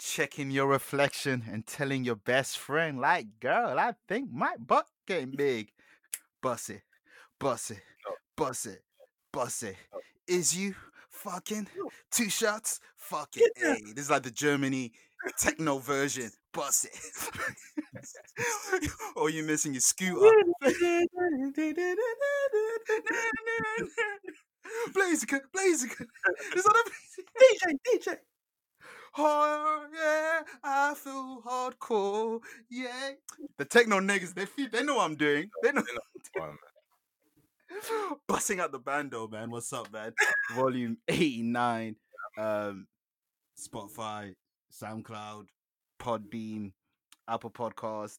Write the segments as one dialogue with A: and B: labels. A: checking your reflection and telling your best friend, like, girl, I think my butt getting big. Bust it, bust it, bust it, bust it. Is you fucking two shots? Fuck it. Hey, this is like the Germany techno version. Bust it. or you missing your scooter. Blaziken, Blaziken. It's not a DJ, DJ. Oh yeah, I feel hardcore. Yeah, the techno niggas, they feel, they know what I'm doing. They know. Busting out the bando, man. What's up, man? Volume eighty nine, um, Spotify, SoundCloud, Podbeam, Apple Podcast.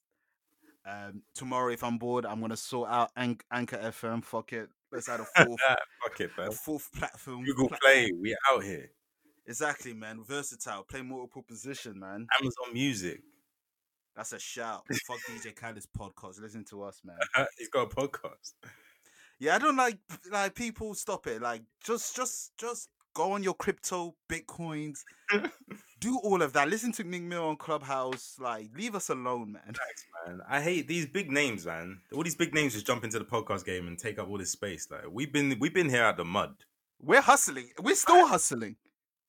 A: Um, tomorrow, if I'm bored, I'm gonna sort out Anch- Anchor FM. Fuck it, let's add a fourth,
B: Fuck it, man.
A: a fourth platform.
B: Google
A: Pla-
B: Play, we out here.
A: Exactly, man. Versatile. Play multiple position, man.
B: Amazon Music.
A: That's a shout. Fuck DJ Khaled's podcast. Listen to us, man.
B: He's got a podcast.
A: Yeah, I don't like like people stop it. Like just just just go on your crypto, bitcoins, do all of that. Listen to Ming Mill on Clubhouse. Like leave us alone, man.
B: Man, I hate these big names, man. All these big names just jump into the podcast game and take up all this space. Like we've been, we've been here out the mud.
A: We're hustling. We're still hustling.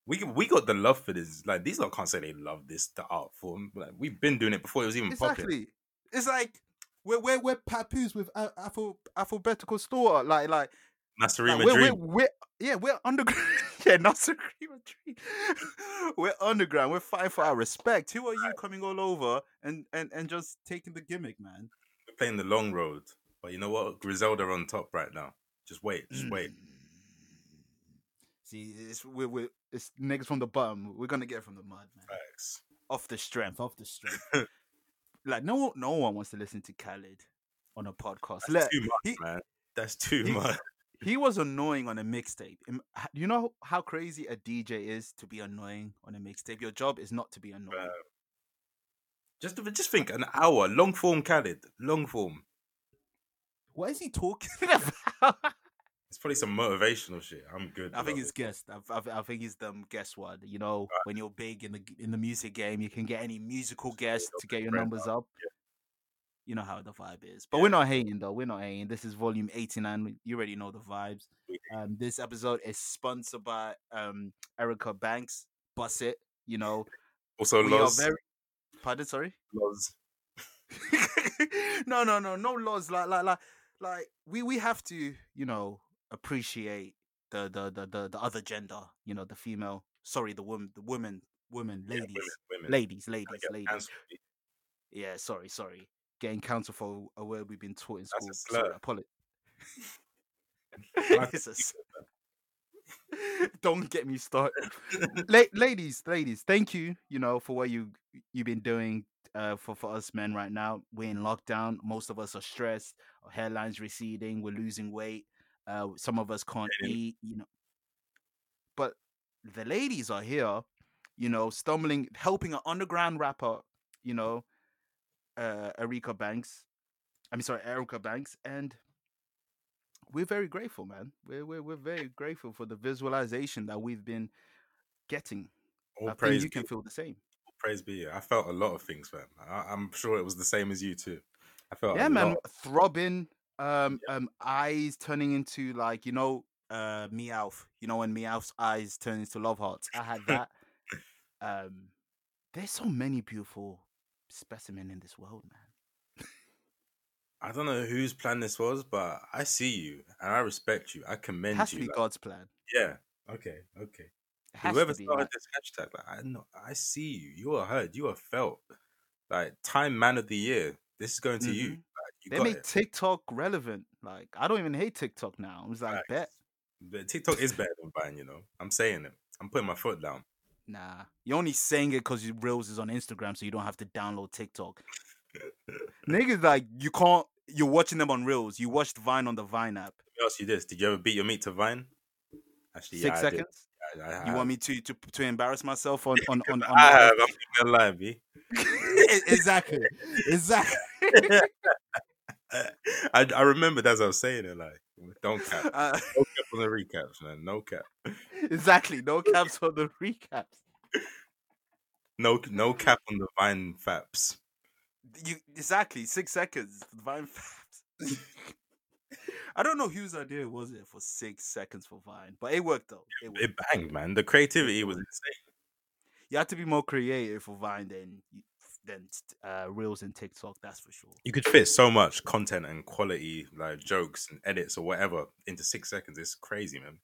B: We can- we got the love for this. Like these lot can't say they love this the art form. Like we've been doing it before Mm, it was even popular.
A: Exactly. It's like we're we're, we're papoos with a- alpha, alphabetical store. Like like
B: Nasarima
A: Like, we're,
B: Dream.
A: we're, we're yeah, we're underground. yeah, not Supreme Dream. we're underground. We're fighting for our respect. Who are you coming all over and and and just taking the gimmick, man?
B: We're playing the long road. But you know what? Griselda on top right now. Just wait, just
A: Mm.
B: wait.
A: See, it's we're, we're it's niggas from the bottom. We're gonna get from the mud, man.
B: Facts.
A: Off the strength, off the strength. like no one- no one wants to listen to Khaled on a podcast.
B: That's
A: Let,
B: too much,
A: he-
B: man. That's too
A: he-
B: much.
A: he was annoying on a mixtape. Im- h- You know how crazy a DJ is to be annoying on a mixtape. Your job is not to be annoying.
B: Bruh. Just just think an hour long form Khaled long form.
A: What is he talking about?
B: It's probably some motivational shit. I'm good.
A: I think
B: with
A: it's guest. I, I, I think it's them guest one. You know, when you're big in the g- in the music game, you can get any musical guest to get your
B: friend
A: numbers up. You know how the vibe is. But we're not hating though. We're not hating. This is volume 89. You already know the vibes.
B: We
A: Um, this episode is sponsored by um Erica Banks. Bus it. You know,
B: Also,
A: we are
B: Loz,
A: very. Pardon, sorry.
B: Loz.
A: no, no, no, no laws. Like, like, like, like we we have to, you know, appreciate the the the the, the other gender. You know, the female. Sorry, the woman, the women, women,
B: Yeah,
A: ladies,
B: women, women. uh,
A: ladies,
B: Gotta
A: ladies,
B: get
A: ladies.
B: cancelled.
A: Yeah, sorry, sorry. Getting counsel for a word we've been taught in
B: That's a
A: school. Sorry,
B: slur.
A: apolo-
B: I
A: It's a s- Don't get me started. La- ladies, ladies, thank you, you know, for what you you've been doing uh for, for us men right now. We're in lockdown. Most of us are stressed, our hairlines receding, we're losing weight, uh some of us can't
B: Getting-
A: eat, you know. But the ladies are here, you know, stumbling, helping an underground rapper, you know, uh Erika Banks. I'm sorry, Erica Banks, and we're very grateful, man. We're we're, we're very grateful for the visualization that we've been getting.
B: All
A: I think
B: praise,
A: you
B: be,
A: can feel the same.
B: all praise be. I felt a lot of things, man. I, I'm sure it was the same as you too. I felt
A: yeah,
B: a
A: man.
B: lot.
A: Throbbing, um, um, eyes turning into like you know, uh, Meowth. You know when Meowth's eyes turn into love hearts. I had that. um, there's so many beautiful specimen in this world, man.
B: I don't know whose plan this was, but I see you and I respect you. I
A: It
B: commend
A: has to
B: you.
A: be
B: like,
A: God's plan.
B: yeah. Okay. Okay.
A: It has
B: Whoever
A: to be.
B: started
A: like-
B: this hashtag, like, I know, I see you. You are heard. You are felt. Like time man of the year. This is going to
A: Mhm.
B: you. Like, you
A: they
B: got
A: make
B: it.
A: TikTok relevant. Like I don't even hate TikTok now. I was like,
B: Facts.
A: bet
B: But TikTok is better than Vine, you know. I'm saying it. I'm putting my foot down.
A: Nah, you're only saying it because your reels is on Instagram, so you don't have to download TikTok. Niggas like you can't. You're watching them on reels. You watched Vine on the Vine app.
B: Let me ask you this: Did you ever beat your meat to Vine? Actually, yeah,
A: Six
B: I did.
A: seconds.
B: I, I
A: You
B: have.
A: want me to to to embarrass myself on on on, on
B: I
A: the-
B: have. I'm not gonna lie, B.
A: E- exactly, exactly.
B: I, I remembered as I was saying it, like, don't cap, no
A: Uh,
B: cap on the recaps, man, no cap.
A: exactly. No caps on the recaps.
B: No, no cap on the Vine faps.
A: You exactly six seconds. Vine faps. I don't know whose idea was it for six seconds for Vine, but it worked though. It worked.
B: It banged, man. The creativity was insane.
A: You have to be more creative for Vine than than uh, Reels and TikTok. That's for sure.
B: You could fit so much content and quality, like jokes and edits or whatever, into six seconds. It's crazy, man.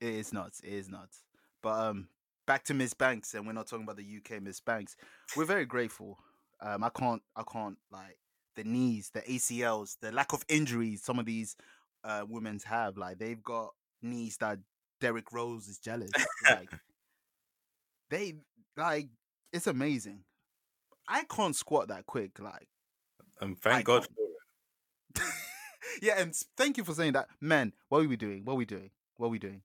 A: It is nuts. It is nuts. But um, back to Miss Banks, and we're not talking about the UK Miss Banks. We're very grateful. Um, I can't, I can't like the knees, the ACLs, the lack of injuries some of these uh women's have. Like they've got knees that Derek Rose is jealous. like they like it's amazing. I can't squat that quick. Like
B: And thank
A: I
B: God.
A: can't. yeah, and s- thank you for saying that, man. What are we doing? What are we doing? What are we doing?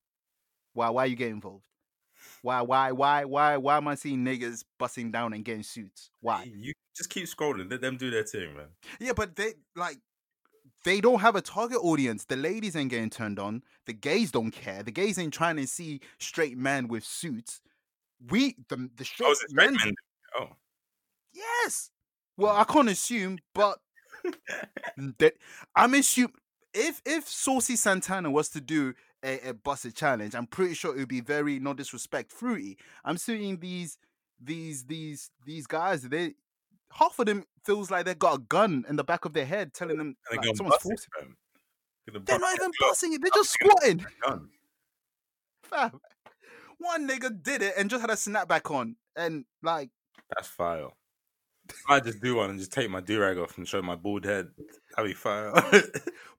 A: Why? Why you get involved? Why? Why? Why? Why? Why am I seeing niggas busting down and getting suits? Why?
B: You just keep scrolling. Let them do their thing, man.
A: Yeah, but they like they don't have a target audience. The ladies ain't getting turned on. The gays don't care. The gays ain't trying to see straight men with suits. We the the
B: I
A: straight
B: was
A: men.
B: expecting. them- Oh,
A: Yes. Well, I can't assume, but that I'm assuming if if Saucy Santana was to do a, a busted challenge, I'm pretty sure it would be very no disrespect fruity. I'm seeing these these these these guys. They half of them feels like they got a gun in the back of their head, telling them
B: and
A: like,
B: they go
A: someone's
B: bust it,
A: forcing.
B: man. Look at the
A: They're
B: bus-
A: not even
B: look,
A: busting it. They're just squatting.
B: done.
A: Fam. One nigga did it and just had a snapback on, and like
B: That's fire. I just do one and just take my do rag off and show my bald head. That'd be fire.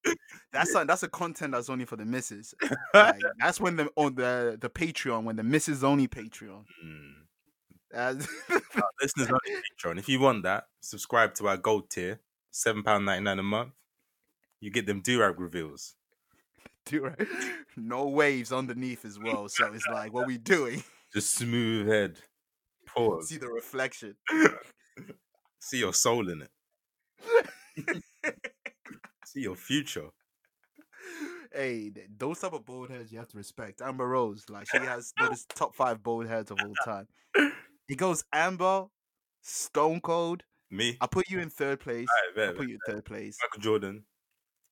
A: Mm. that's a, that's a content that's only for the misses. Like, that's when the on the the Patreon when the misses only Patreon.
B: Mm.
A: That's-
B: listeners on Patreon. If you want that, subscribe to our gold tier, seven pound ninety nine a month. You get them do rag reveals.
A: do right. No waves underneath as well. So it's like, what we doing?
B: Just smooth head. Pause.
A: See the reflection.
B: See your soul in it. See your future.
A: Hey, th- those type of bald heads you have to respect. Amber Rose, like she has one of the top five bald heads of all time. It goes Amber, Stone Cold.
B: Me,
A: I put you in third place.
B: Alright,
A: I
B: bet,
A: put
B: bet.
A: you in third place.
B: Michael Jordan.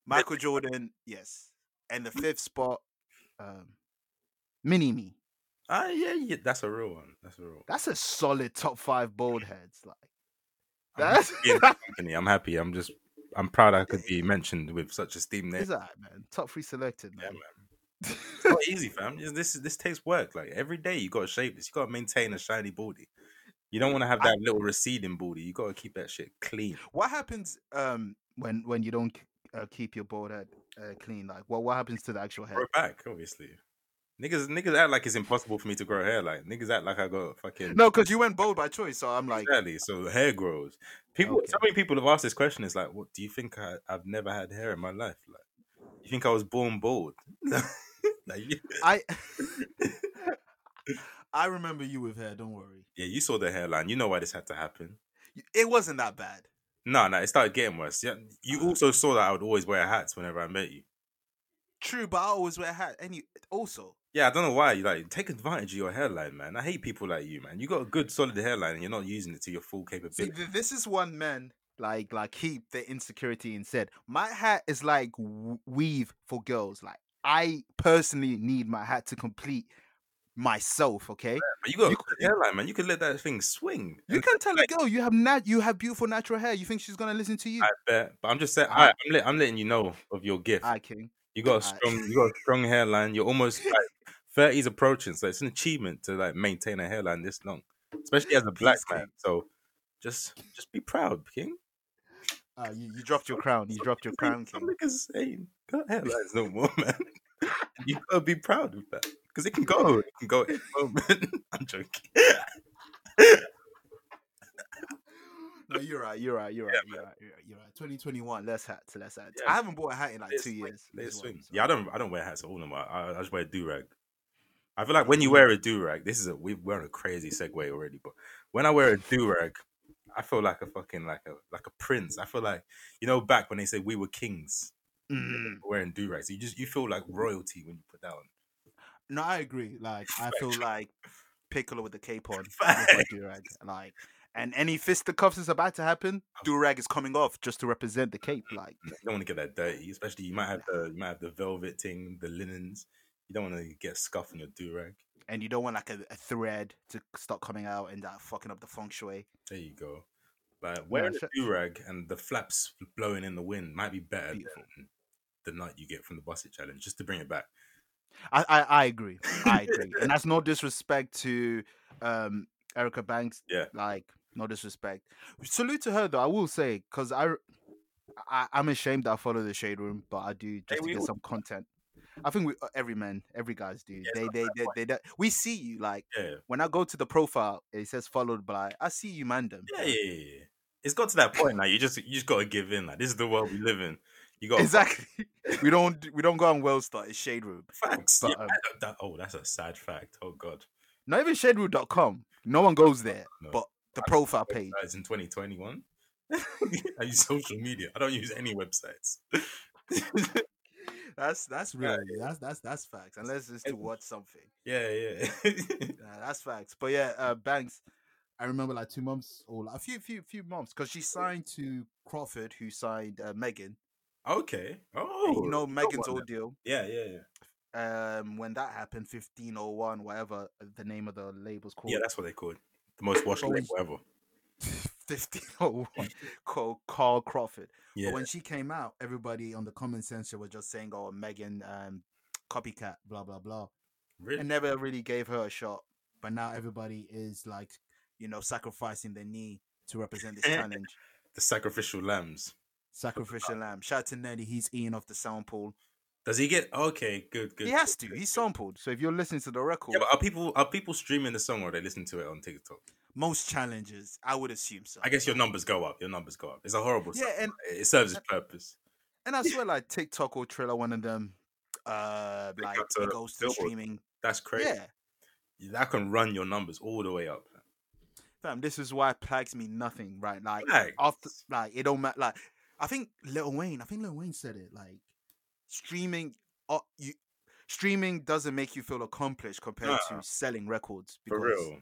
A: Michael Jordan, yes. And the
B: Mm.
A: fifth spot, um, Mini Me.
B: Ah, yeah, yeah, that's a real one. That's a real one.
A: That's a solid top five bald heads. Like
B: I'm
A: that's
B: happy in the company. I'm happy. I'm just. I'm proud I could be mentioned with such esteemed name.
A: it's alright, man. Top three selected,
B: Yeah,
A: man.
B: man. It's not easy, fam. This this- this takes work. Like every day, you gotta shape this. You gotta maintain a shiny body. You don't want to have
A: I-
B: that little receding body. You gotta keep that shit clean.
A: What happens um when when you don't k- uh, keep your bald head uh, clean? Like what what happens to the actual head?
B: Grow it back, obviously. Niggas, niggas act like it's impossible for me to grow hair. Like niggas act like I got fucking
A: No, because you went bald by choice, so I'm like,
B: Exactly. So hair grows. People,
A: Okay.
B: so many people have asked this question. It's like, what do you think? I, I've never had hair in my life. Like, you think I was born bald? like, you-
A: I I remember you with hair. Don't worry,
B: yeah, you saw the hairline. You know why this had to happen.
A: Y- it wasn't that bad.
B: No, no, it started getting worse. Yeah, you
A: Uh-huh.
B: also saw that I would always wear hats whenever I met you.
A: True, but I always wear a hat. And you also,
B: Yeah, I don't know why. You like take advantage of your hairline, man. I hate people like you, man. You got a good solid hairline, and you're not using it to your full
A: see,
B: capability.
A: th- this is one man like like keep the insecurity and said, my hat is like w- weave for girls. Like I personally need my hat to complete myself. Okay,
B: But you got
A: You
B: a good hairline, man. You could let that thing swing.
A: You can tell a girl you have nat- you have beautiful natural hair. You think she's gonna listen to you?
B: I bet. But I'm just saying, I,
A: Alright.
B: I'm, let, I'm letting you know of your gift.
A: I king.
B: You got a
A: Alright.
B: strong, you got a strong hairline. You're almost like thirties approaching, so it's an achievement to like maintain a hairline this long, especially as a black
A: Please,
B: man. So just, just be proud, King.
A: Uh, you, you dropped your crown. You dropped your crown,
B: Some
A: king.
B: niggas ain't got hairlines no more, man. you gotta be proud of that because it can go, it can go at any moment. I'm joking.
A: No, you're right. You're right. You're right. You're right. You're right. You're right. 2021. Less hats. Less hats.
B: Yeah.
A: I haven't bought a hat in like
B: Let it
A: two
B: swing,
A: years.
B: let it
A: as well,
B: swing.
A: so-
B: Yeah, I don't, I don't wear hats at all no more. I, I just wear do rag. I feel like when you wear a do rag, this is a we we're on a crazy segue already, but when I wear a do rag, I feel like a fucking like a like a prince. I feel like you know back when they said we were kings
A: Mm.
B: wearing do rags. You just you feel like royalty when you put that on.
A: No, I agree. Like I feel like Piccolo with the cape on, with my durag, like, and any fisticuffs is about to happen. Durag is coming off just to represent the cape, like.
B: You don't want to get that dirty, especially you might have the you might have the velvet thing, the linens. You don't want to get scuff on your do rag.
A: And you don't want like a, a thread to start coming out and that fucking up the feng shui.
B: There you go. Like wearing
A: shit.
B: a do rag and the flaps blowing in the wind might be better
A: Beautiful.
B: than the nut you get from the busset challenge. Just to bring it back.
A: I, I, I agree. I agree. and that's no disrespect to um Erica Banks.
B: Yeah.
A: Like, no disrespect. Salute to her though, I will say, because I, I I'm ashamed that I follow the shade room, but I do just to
B: we
A: get
B: all
A: some content. I think we uh, every man, every guys do.
B: it's
A: they,
B: not
A: they,
B: fair
A: they,
B: point.
A: they, don't- we see you like
B: Yeah,
A: when I go to the profile, it says followed by I see you man them.
B: yeah, yeah. yeah, yeah. It's got to that point now. You just you just gotta give in. Like this is the world we live in. You got
A: Exactly. we don't d- we don't go on Wellstar, it's shade room.
B: facts.
A: But,
B: yeah,
A: um,
B: that- that- oh, that's a sad fact. Oh god.
A: Not even shaderoom.com. No one goes there,
B: No.
A: but the profile page.
B: Websites in 2021. I use social media. I don't use any websites.
A: That's that's
B: Yeah,
A: real. That's that's that's facts. Unless it's to
B: And-
A: watch something.
B: yeah, yeah.
A: Nah, that's facts. But yeah, uh, Banks. I remember like two months or like a few few few months because she signed to Crawford, who signed uh, Megan.
B: okay. Oh,
A: And you know Megan's
B: one.
A: ordeal.
B: Yeah, yeah, yeah.
A: Um, when that happened, fifteen oh one, whatever the name of the label's called.
B: Yeah, that's what they called the most washed
A: But when-
B: label ever.
A: fifteen oh one. Called Carl Crawford.
B: Yeah,
A: But when she came out, everybody on the comment section was just saying, "Oh, Megan, um, copycat, blah blah blah."
B: really.
A: and never really gave her a shot. But now everybody is like, you know, sacrificing their knee to represent this challenge.
B: the sacrificial lambs.
A: Sacrificial lamb. Shout out to Nelly, he's eating off the sample.
B: Does he get okay? Good, good.
A: He has to.
B: good, good.
A: He's sampled. So if you're listening to the record,
B: Yeah, but are people are people streaming the song or they listen to it on TikTok?
A: most challenges, I would assume so.
B: I guess your numbers go up. Your numbers go up. It's a horrible.
A: Yeah,
B: song.
A: and
B: it serves its purpose.
A: and I swear, like TikTok or Triller, one of them, uh,
B: They
A: like
B: got
A: it
B: to
A: goes to
B: Billboard.
A: streaming.
B: That's crazy.
A: Yeah,
B: That can run your numbers all the way up.
A: fam. This is why plagues me nothing, right? Like
B: Like,
A: after like it don't matter like i think lil wayne i think lil wayne said it like streaming uh, you streaming doesn't make you feel accomplished compared to selling records
B: for real.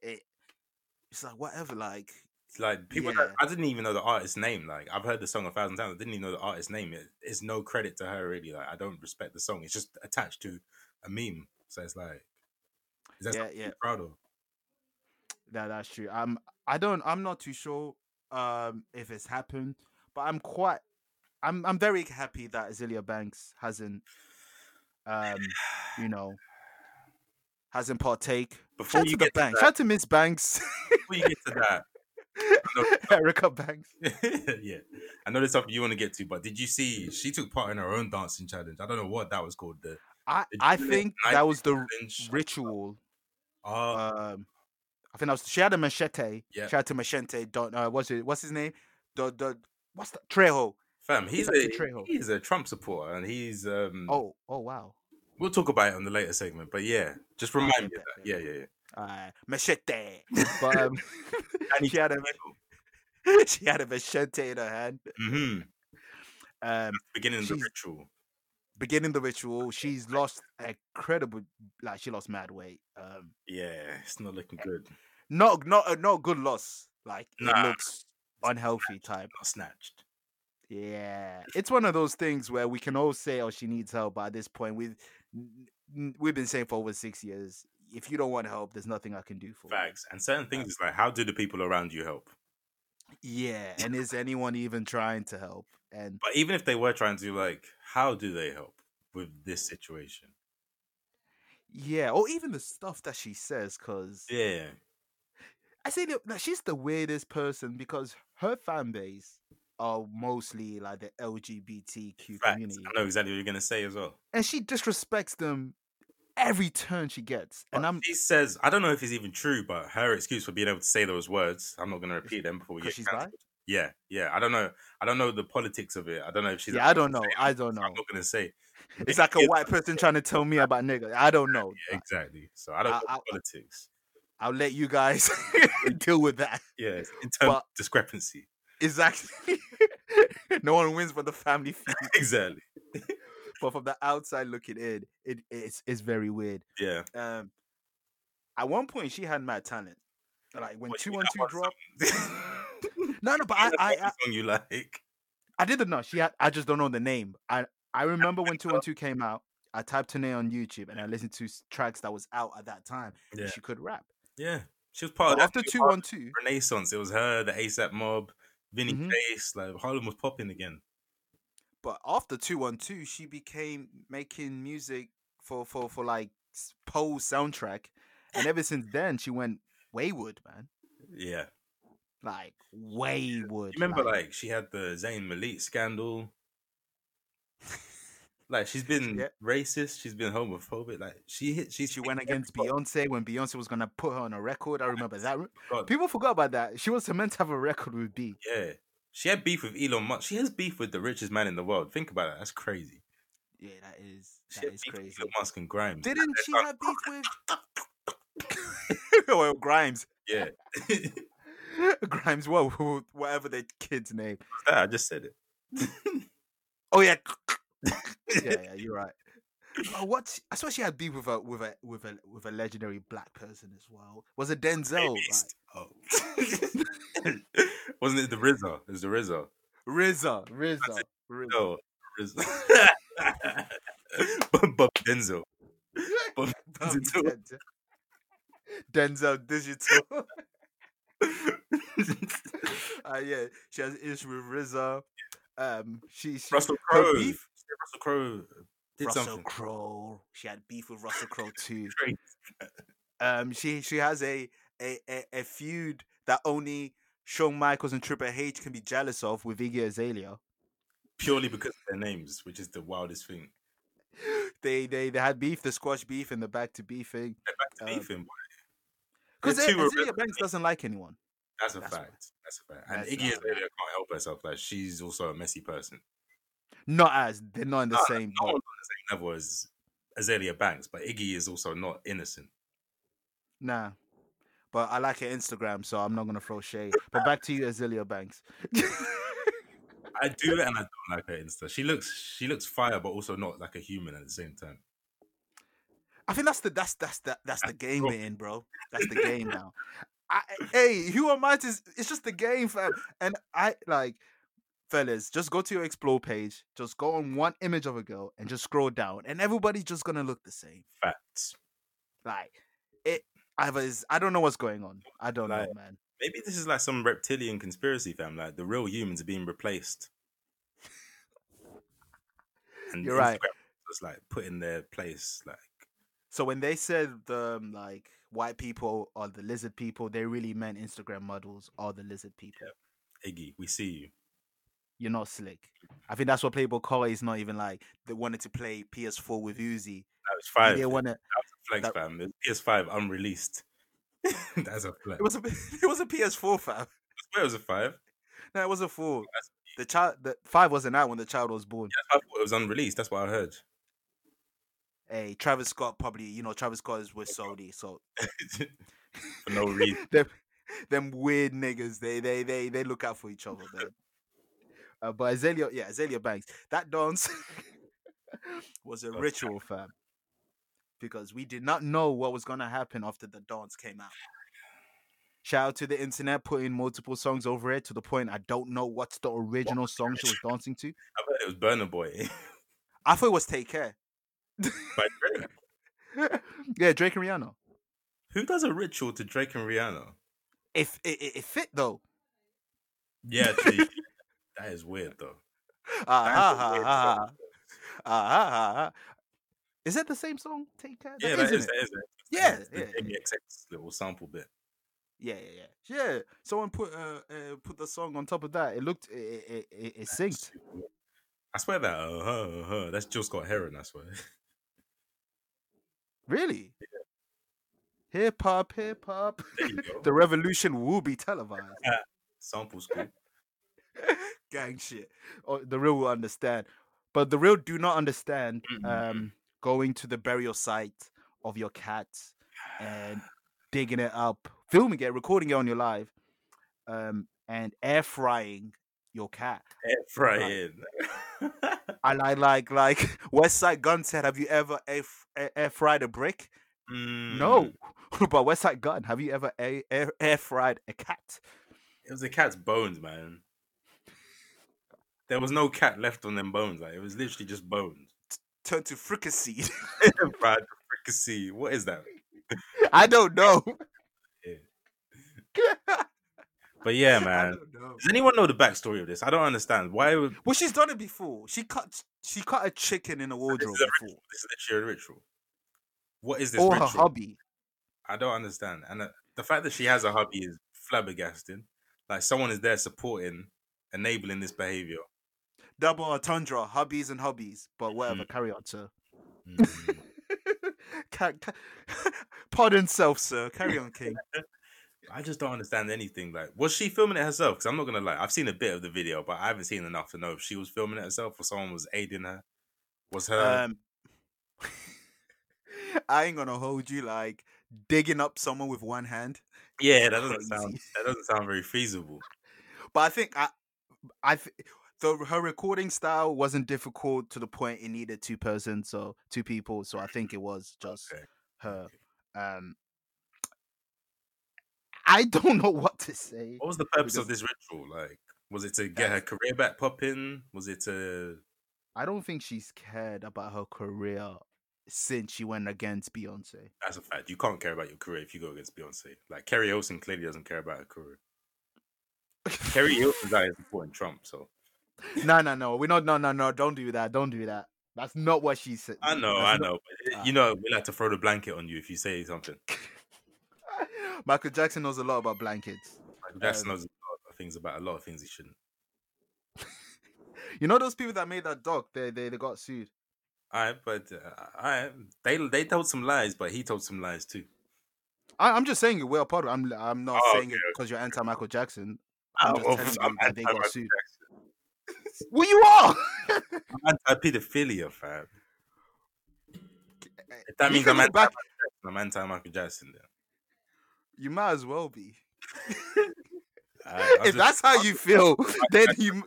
A: it it's like whatever like
B: It's like people
A: Yeah.
B: that I didn't even know the artist's name. Like I've heard the song a thousand times. I didn't even know the artist's name. It, it's no credit to her really. Like I don't respect the song. It's just attached to a meme. So it's like, is that
A: yeah
B: something
A: yeah
B: you're proud of?
A: that, that's true i'm i don't i'm not too sure um if it's happened but i'm quite i'm i'm very happy that azealia banks hasn't um you know hasn't partake
B: Before
A: shout
B: you
A: to the
B: get to
A: banks
B: that-
A: shout to miss banks
B: Before you get to that,
A: Erica Banks.
B: yeah, I know there's something you want to get to, but did you see she took part in her own dancing challenge? I don't know what that was called. The
A: I,
B: Did
A: I
B: you do it
A: think
B: night
A: that was the r-
B: challenge.
A: ritual.
B: Oh,
A: Um, I think that was she had a machete.
B: Yeah.
A: Shout out to Machete. Don't uh, what's it? What's his name? The the what's that? Trejo.
B: fam, he's
A: Dr.
B: a
A: Trejo.
B: he's a Trump supporter, and he's um.
A: Oh oh wow.
B: we'll talk about it on the later segment, but yeah, just remind
A: Ah, yeah,
B: me of that. Yeah, yeah, yeah.
A: Uh, machete. But um,
B: Danny
A: she had a she had a machete in her hand.
B: Mm-hmm.
A: Um,
B: Beginning of the
A: She's-
B: ritual.
A: beginning the ritual, she's lost incredible. Like she lost mad weight. Um,
B: Yeah, it's not looking good.
A: not not a not good loss. Like
B: Nah.
A: it looks unhealthy type.
B: Not snatched.
A: Yeah, it's one of those things where we can all say, "Oh, she needs help." But at this point, we've n- n- we've been saying for over six years, if you don't want help, there's nothing I can do for you.
B: Facts. And certain things is like, how do the people around you help?
A: Yeah, and is anyone even trying to help? And
B: But even if they were trying to, like, how do they help with this situation?
A: yeah, or even the stuff that she says, because
B: Yeah.
A: I say that like, she's the weirdest person because her fan base are mostly like the LGBTQ
B: Facts.
A: community,
B: I know exactly what you're going to say as well.
A: and she disrespects them every turn she gets. And
B: But
A: I'm
B: she says, I don't know if it's even true, but her excuse for being able to say those words, I'm not going to repeat them before we
A: because
B: get
A: she's
B: cancelled.
A: like,
B: Yeah, yeah. I don't know. I don't know the politics of it. I don't know if she's.
A: yeah, I don't know, I don't know.
B: I'm not going to say
A: It's like a
B: Yeah.
A: white person trying to tell me about nigga. I don't know. I-
B: exactly. So I don't
A: Uh, I-
B: know
A: I-
B: politics.
A: I'll let you guys deal with that.
B: Yeah, it's in terms of
A: But-
B: discrepancy.
A: Exactly. no one wins but the family feud.
B: exactly.
A: But from the outside looking in, it, it's it's very weird.
B: Yeah.
A: Um, At one point, she had mad talent. Like when
B: What,
A: two
B: you mean
A: one
B: that
A: two
B: one
A: dropped.
B: song?
A: No, no, but I,
B: That
A: I,
B: one
A: I,
B: song you like.
A: I didn't know. She had. I just don't know the name. I, I remember when two one two came out. I typed her name on YouTube and I listened to s- tracks that was out at that time. and
B: Yeah.
A: She could rap.
B: Yeah, she was part
A: But
B: of that
A: after
B: new
A: two one two,
B: Renaissance. It was her, the ASAP Mob, Vinny
A: Mhm.
B: Case. Like Harlem was popping again.
A: but after two one two, she became making music for for for like s- Poe's soundtrack, and ever since then she went wayward, man.
B: Yeah,
A: Like wayward.
B: you remember like she had the Zayn Malik scandal. like she's been
A: Yeah.
B: racist. She's been homophobic. Like she hit. She's
A: she went
B: hit every
A: against
B: button.
A: Beyonce when Beyonce was gonna put her on a record. I remember that.
B: God,
A: People forgot about that. She was meant to have a record with B.
B: Yeah. She had beef with Elon Musk. She has beef with the richest man in the world. Think about that. That's crazy.
A: Yeah, that is
B: She
A: that
B: had
A: is
B: beef
A: crazy.
B: with Elon Musk and Grimes.
A: Didn't she have beef with? well, Grimes,
B: Yeah. Was
A: Grimes, well, who- whatever the kid's name.
B: that? I just said it.
A: Oh yeah, yeah, yeah. You're right. Uh, what? she- I saw she had beef with a with a with a with a legendary black person as well. Was it Denzel? Like,
B: Beast. Oh. Wasn't it the Rizzo? It was the Rizzo.
A: RZA, RZA, RZA.
B: No. Rizzo. but, but Denzel. But
A: Oh, he
B: Denzel.
A: said Denzel Digital. uh, yeah, she has issue with RZA. Um, she, she
B: Russell
A: her
B: Crowe. Russell
A: beef-
B: Crowe
A: uh,
B: did
A: Russell
B: something.
A: Crowe. She had beef with Russell Crowe too.
B: Crazy.
A: Um, she she has a a, a, a feud that only Shawn Michaels and Triple H can be jealous of with Iggy Azalea.
B: Purely because of their names, which is the wildest thing.
A: They they they had beef, the squash beef and the back to beef thing.
B: Back to
A: Um,
B: beefing, boy.
A: Because
B: The two were
A: Azalea
B: red-
A: Banks doesn't like anyone.
B: That's a
A: That's
B: fact. That's a fact. And
A: That's
B: Iggy
A: not
B: Azalea can't help herself. Like she's also a messy person.
A: Not as they're not in the
B: No,
A: same
B: No
A: boat.
B: one's on the same level as Azalea Banks, but Iggy is also not innocent.
A: Nah. But I like her Instagram, so I'm not gonna throw shade. But back to you, Azalea Banks.
B: I do and I don't like her Insta. She looks she looks fire, but also not like a human at the same time.
A: I think that's the that's that's the that's the game
B: cool.
A: we're in, bro. That's the game now. I, hey, who am I to? s- It's just the game, fam. And I like, fellas, just go to your explore page. Just go on one image of a girl and just scroll down, and everybody's just gonna look the same.
B: Facts.
A: Like it. I was. I don't know what's going on. I don't
B: Like-
A: know, man.
B: Maybe this is like some reptilian conspiracy fam, like the real humans are being replaced. And
A: You're right.
B: Just like put in their place, like
A: So when they said the um, like white people are the lizard people, they really meant Instagram models are the lizard people.
B: Iggy, we see you.
A: you're not slick. I think that's what Playboy Carti is not even like. They wanted to play PS4 with Uzi.
B: That was five.
A: They want to.
B: flex,
A: that-
B: fam. It was PS5 unreleased. That's a
A: It
B: flex.
A: was a it was a PS4 fam.
B: Where was a five?
A: No, it was a four. The child, the five wasn't out when the child was born.
B: I thought it was unreleased. That's what I heard.
A: Hey, Travis Scott probably, you know, Travis Scott is with Sony, so
B: For no reason.
A: them, them weird niggas, they they they they look out for each other, man. Uh, but Azalea, yeah, Azalea Banks, that dance was a
B: Okay.
A: ritual, fam, because we did not know what was gonna happen after the dance came out. Shout out to the internet putting multiple songs over it to the point I don't know what's the original song she was dancing to.
B: I heard it was Burner Boy.
A: I thought it was Take Care.
B: By Drake.
A: yeah, Drake and Rihanna.
B: Who does a ritual to Drake and Rihanna?
A: If it, it, it fit though.
B: Yeah, actually, that is weird though.
A: Ah,
B: That's
A: ha,
B: a
A: ha,
B: weird
A: ha, ha.
B: song.
A: Ah, ha, ha, ha. Is that the same song? Take care. That
B: Yeah, that
A: isn't
B: is,
A: it?
B: that is it.
A: Yeah,
B: It's the
A: yeah, yeah,
B: Jamie XX little sample bit.
A: yeah, yeah, yeah. Yeah, Someone put uh, uh put the song on top of that. It looked it it, it, it synced.
B: I swear that uh huh, uh huh. That's Jill Scott Heron. I swear.
A: Really. Hip hop, hip hop.
B: There you go.
A: The revolution will be televised.
B: sample school.
A: Gang shit. Oh, the real will understand, but the real do not understand.
B: Mhm.
A: Um, going to the burial site of your cat and digging it up, filming it, recording it on your live, um, and air frying your cat.
B: Air frying.
A: I like like
B: Mm.
A: like West Side Gun said, have you ever air, f- air, air fried a brick? No. but West Side Gun, have you ever air, air, air fried a cat?
B: It was a cat's bones, man. There was no cat left on them bones. Like it was literally just bones.
A: Turn to fricassee.
B: Fried fricassee. What is that?
A: I don't know.
B: But yeah,
A: I
B: man.
A: don't know.
B: Does anyone know the backstory of this? I don't understand. Why would
A: Well, she's done it before. She cut she cut a chicken in a
B: this
A: wardrobe
B: is, a
A: before,
B: ritual. this is literally a ritual? What is this
A: or her
B: ritual?
A: hobby.
B: I don't understand. And uh, the fact that she has a hobby is flabbergasting. Like someone is there supporting, enabling this behavior.
A: Double entendre, hobbies and hobbies. But whatever,
B: Mm.
A: carry on, sir. Ca- ca- Pardon self, sir. Carry on, King.
B: I just don't understand anything. Like, was she filming it herself? Because I'm not gonna lie, I've seen a bit of the video, but I haven't seen enough to know if she was filming it herself or someone was aiding her. Was her?
A: Um, I ain't gonna hold you like digging up someone with one hand.
B: yeah, that doesn't sound
A: crazy.
B: that doesn't sound very feasible.
A: But I think I, I, th- though her recording style wasn't difficult to the point it needed two persons, so two people. So I think it was just
B: Okay.
A: her. Um, I don't know what to say.
B: What was the purpose of
A: Because-
B: this ritual? Like, was it to get her career back popping? Was it to?
A: I don't think she's cared about her career since she went against Beyonce.
B: That's a fact. You can't care about your career if you go against Beyonce. Like Kerry Hilson clearly doesn't care about her career. Kerry Hilson's out here supporting Trump, so
A: no, no, no. We're not. No, no, no. Don't do that. Don't do that. That's not what she said.
B: I know, I
A: That's
B: know. But it- you know, we like to throw the blanket on you if you say something.
A: not- Michael Jackson knows a lot about blankets.
B: Like, Jackson
A: Um,
B: knows a lot of things about a lot of things he shouldn't.
A: You know those people that made that dog? They they, they got sued.
B: I but uh, I they they told some lies, but he told some lies too.
A: I, I'm just saying it. We're part of. I'm I'm not
B: Oh,
A: saying it
B: okay,
A: because you're anti Michael Jackson.
B: Oh,
A: I'm just
B: well,
A: telling you
B: I'm
A: that they got
B: anti-
A: sued. Well, you are.
B: I'm anti pedophilia, fam. If that
A: eh, You
B: means
A: can
B: I'm
A: go
B: anti,
A: back-
B: I'm anti Michael Jackson. Then
A: You might as well be.
B: I- I'm
A: if
B: just-
A: that's how you feel, then you.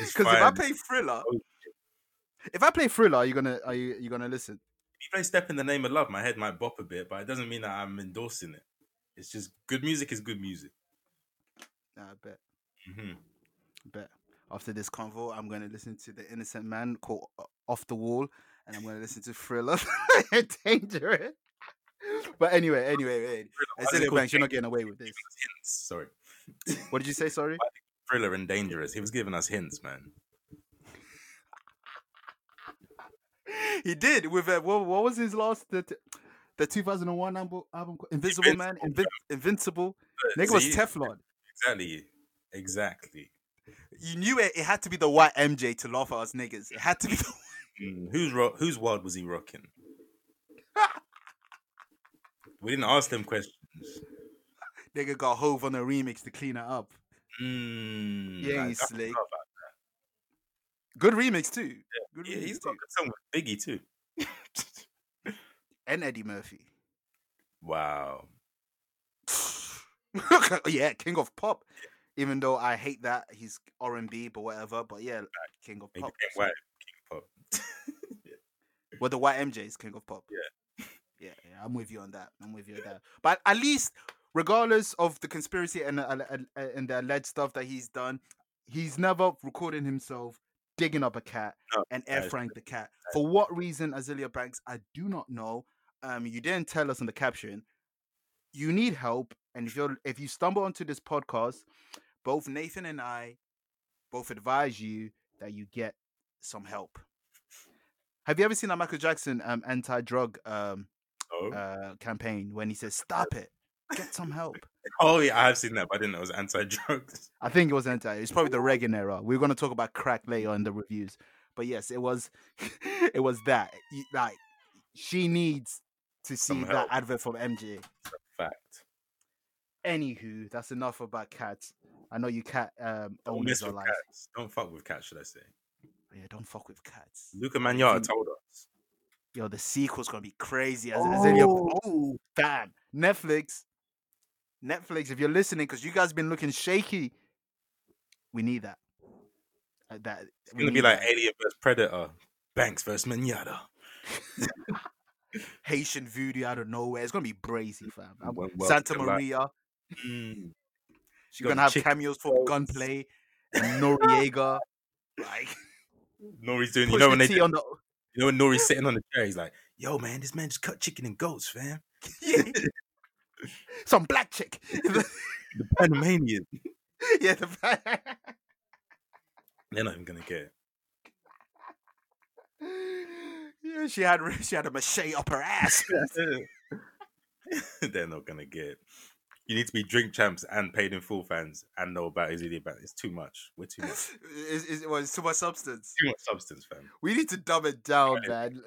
B: it's
A: Because if I
B: fine.
A: play Thriller,
B: Oh,
A: if I play Thriller, are you gonna are you you gonna listen?
B: if you play "Step in the Name of Love," my head might bop a bit, but it doesn't mean that I'm endorsing it. It's just good music is good music.
A: Nah, I bet.
B: hmm
A: bet after this convo, I'm gonna listen to the Innocent Man called O- Off the Wall, and I'm gonna listen to Thriller and Dangerous. But anyway, anyway, anyway.
B: why is it
A: Cecilia
B: called
A: Banks, you're not getting away with this.
B: Sorry,
A: What did you say? Sorry.
B: thriller and dangerous. He was giving us hints, man.
A: He did with uh, what, what was his last the t- the 2001 album, album called Invisible Man, Invin- Invincible. Nigga was
B: See?
A: Teflon.
B: exactly, exactly.
A: You knew it. It had to be the white MJ to laugh at us niggas. It had to be. The-
B: Mm, Who's ro- whose world was he rocking? we didn't ask them questions.
A: nigga got Hove on a remix to clean it up.
B: Mm,
A: Yeah,
B: I-
A: he's
B: I forgot
A: slick.
B: about that.
A: Good remix too. Good
B: Yeah,
A: remix
B: he's got
A: too.
B: a good song with Biggie too.
A: And Eddie Murphy.
B: Wow.
A: yeah, King of Pop. Even though I hate that he's R and B, but whatever. But yeah, like, King of
B: He
A: Pop.
B: became
A: Oh, so-
B: white. King Pop.
A: Well, the white MJ is King of Pop. Yeah. yeah, I'm with you on that. I'm with you on that. But at least, regardless of the conspiracy and the, alle- alle- and the alleged stuff that he's done, he's never recording himself digging up a cat
B: No,
A: and
B: that
A: air
B: is
A: frying the cat. For what reason, Azealia Banks? I do not know. Um, you didn't tell us in the caption. You need help, and if you are if you stumble onto this podcast, both Nathan and I both advise you that you get some help. Have you ever seen that Michael Jackson um, anti-drug um,
B: Oh.
A: uh, campaign when he says "Stop it, get some help"?
B: oh yeah, I have seen that, but I didn't know it was anti-drugs.
A: I think it was anti. It's probably the Reagan era. We're gonna talk about crack later in the reviews, but yes, it was. it was that. You- Like she needs to see
B: Some
A: that
B: help.
A: advert from MJ.
B: Fact.
A: Anywho, that's enough about cats. I know you cat um,
B: Don't
A: owners
B: mess
A: are
B: with
A: like,
B: cats. Don't fuck with cats, should I say?
A: yeah, don't fuck with cats.
B: Luca Magnotta
A: Mm.
B: told us.
A: Yo, the sequel's gonna be crazy. As, as any of-
B: Oh.
A: oh, damn. Netflix. Netflix, if you're listening, because you guys been looking shaky. We need that. Uh, That
B: It's gonna be like Alien versus Predator, Banks versus Magnotta.
A: Haitian voodoo out of nowhere. It's gonna be brazy, fam. I'm-
B: Well- well,
A: Santa
B: you're right.
A: Maria.
B: Mm.
A: She's gonna have
B: Chick-
A: cameos for
B: throats.
A: Gunplay, and Noriega. Like
B: Nori's doing. You
A: push
B: know
A: the
B: when they.
A: tea on the
B: You know when Nori's sitting on the chair. He's like, "Yo, man, this man just cut chicken and goats, fam.
A: some black chick.
B: The Panamanian.
A: yeah, the
B: They're not even gonna get it.
A: yeah, she had she had a machete up her ass.
B: They're not gonna get it. You need to be drink champs and paid in full fans and know about his idiot. It's too much. We're too much.
A: it's, it's, well, it's too much substance.
B: Too much substance, fam.
A: We need to dumb it down,
B: Right.
A: man.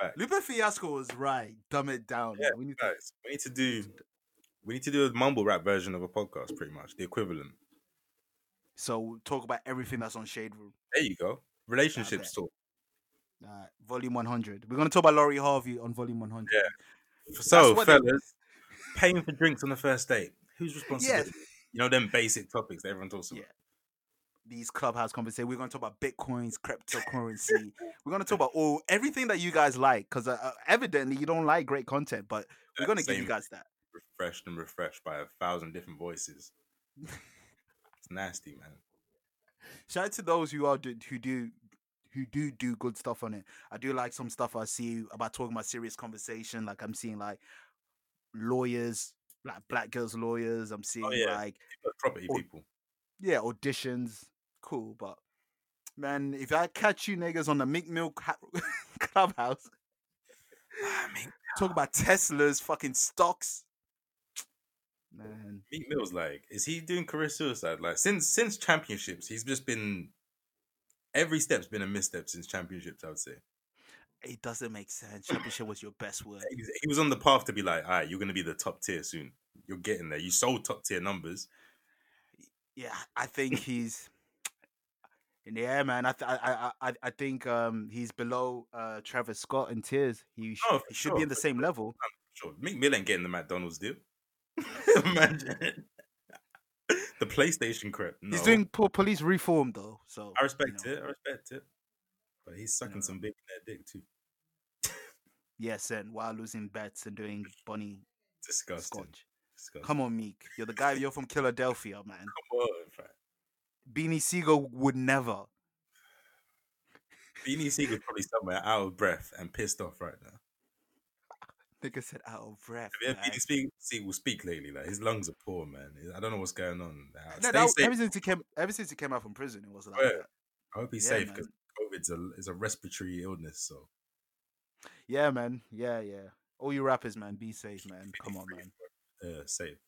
B: Back.
A: Lupe Fiasco was right. Dumb it down.
B: Yeah,
A: man. we need to,
B: Guys, we need to do. We need to do a mumble rap version of a podcast, pretty much the equivalent.
A: so we'll talk about everything that's on Shade Room.
B: There you go. Relationships
A: bet.
B: talk.
A: Uh, volume 100. We're gonna talk about Laurie Harvey on Volume 100.
B: Yeah. So,
A: what they-
B: fellas, paying for drinks on the first date. Who's responsible?
A: Yes.
B: You know them basic topics that everyone talks about.
A: Yeah. These clubhouse conversations. We're gonna talk about bitcoins, cryptocurrency. we're gonna talk about all everything that you guys like, because uh, uh, evidently you don't like great content, but we're
B: That
A: gonna give
B: same-
A: you guys that.
B: refreshed and refreshed by a thousand different voices. it's nasty, man.
A: shout out to those who are do, who do who do do good stuff on it. I do like some stuff I see about talking about serious conversation. Like I'm seeing like lawyers, like black girls lawyers. I'm seeing
B: Oh, yeah.
A: like
B: But property
A: Or-
B: people.
A: yeah auditions. Cool, but man, if I catch you niggas on the Mick Milk ha- clubhouse,
B: Ah, Meek,
A: talk about Tesla's fucking stocks, man.
B: Meek Mill's like, is he doing career suicide? Like since since championships, he's just been every step's been a misstep since championships. I would say
A: It doesn't make sense. Championship was your best word.
B: he was, he was on the path to be like, all right, you're gonna be the top tier soon. You're getting there. You sold top tier numbers.
A: yeah, I think he's in the air, man. I th- I, I I I think um he's below uh Travis Scott in tears. He, sh-
B: Oh, for
A: he should be
B: sure,
A: in the
B: for
A: same level.
B: Sure, Meek Mill ain't getting the McDonald's deal. Imagine the PlayStation crap. No.
A: He's doing po- police reform though, so
B: I respect
A: you know,
B: it. I respect it. But he's sucking
A: No.
B: some big in that dick too.
A: Yes, and while losing bets and doing bunny
B: Disgusting.
A: scotch.
B: Disgusting.
A: Come on, Meek, you're the guy. You're from Philadelphia, man.
B: Come on, fam.
A: Beanie Siegel would never.
B: Beanie Siegel's probably somewhere out of breath and pissed off right now.
A: Nigga said out of breath.
B: Have you heard
A: man.
B: Beanie Siegel- Siegel speak lately? Like his lungs are poor, man. I don't know what's going on. Uh,
A: No,
B: Stay
A: that,
B: safe.
A: ever since he came, ever since he came out from prison, it was like
B: Yeah,
A: that.
B: I hope he's
A: yeah,
B: safe
A: man.
B: because COVID's a is a respiratory illness. So
A: Yeah, man. Yeah, yeah. All you rappers, man, be safe, man. Come on,
B: free,
A: man.
B: uh, safe.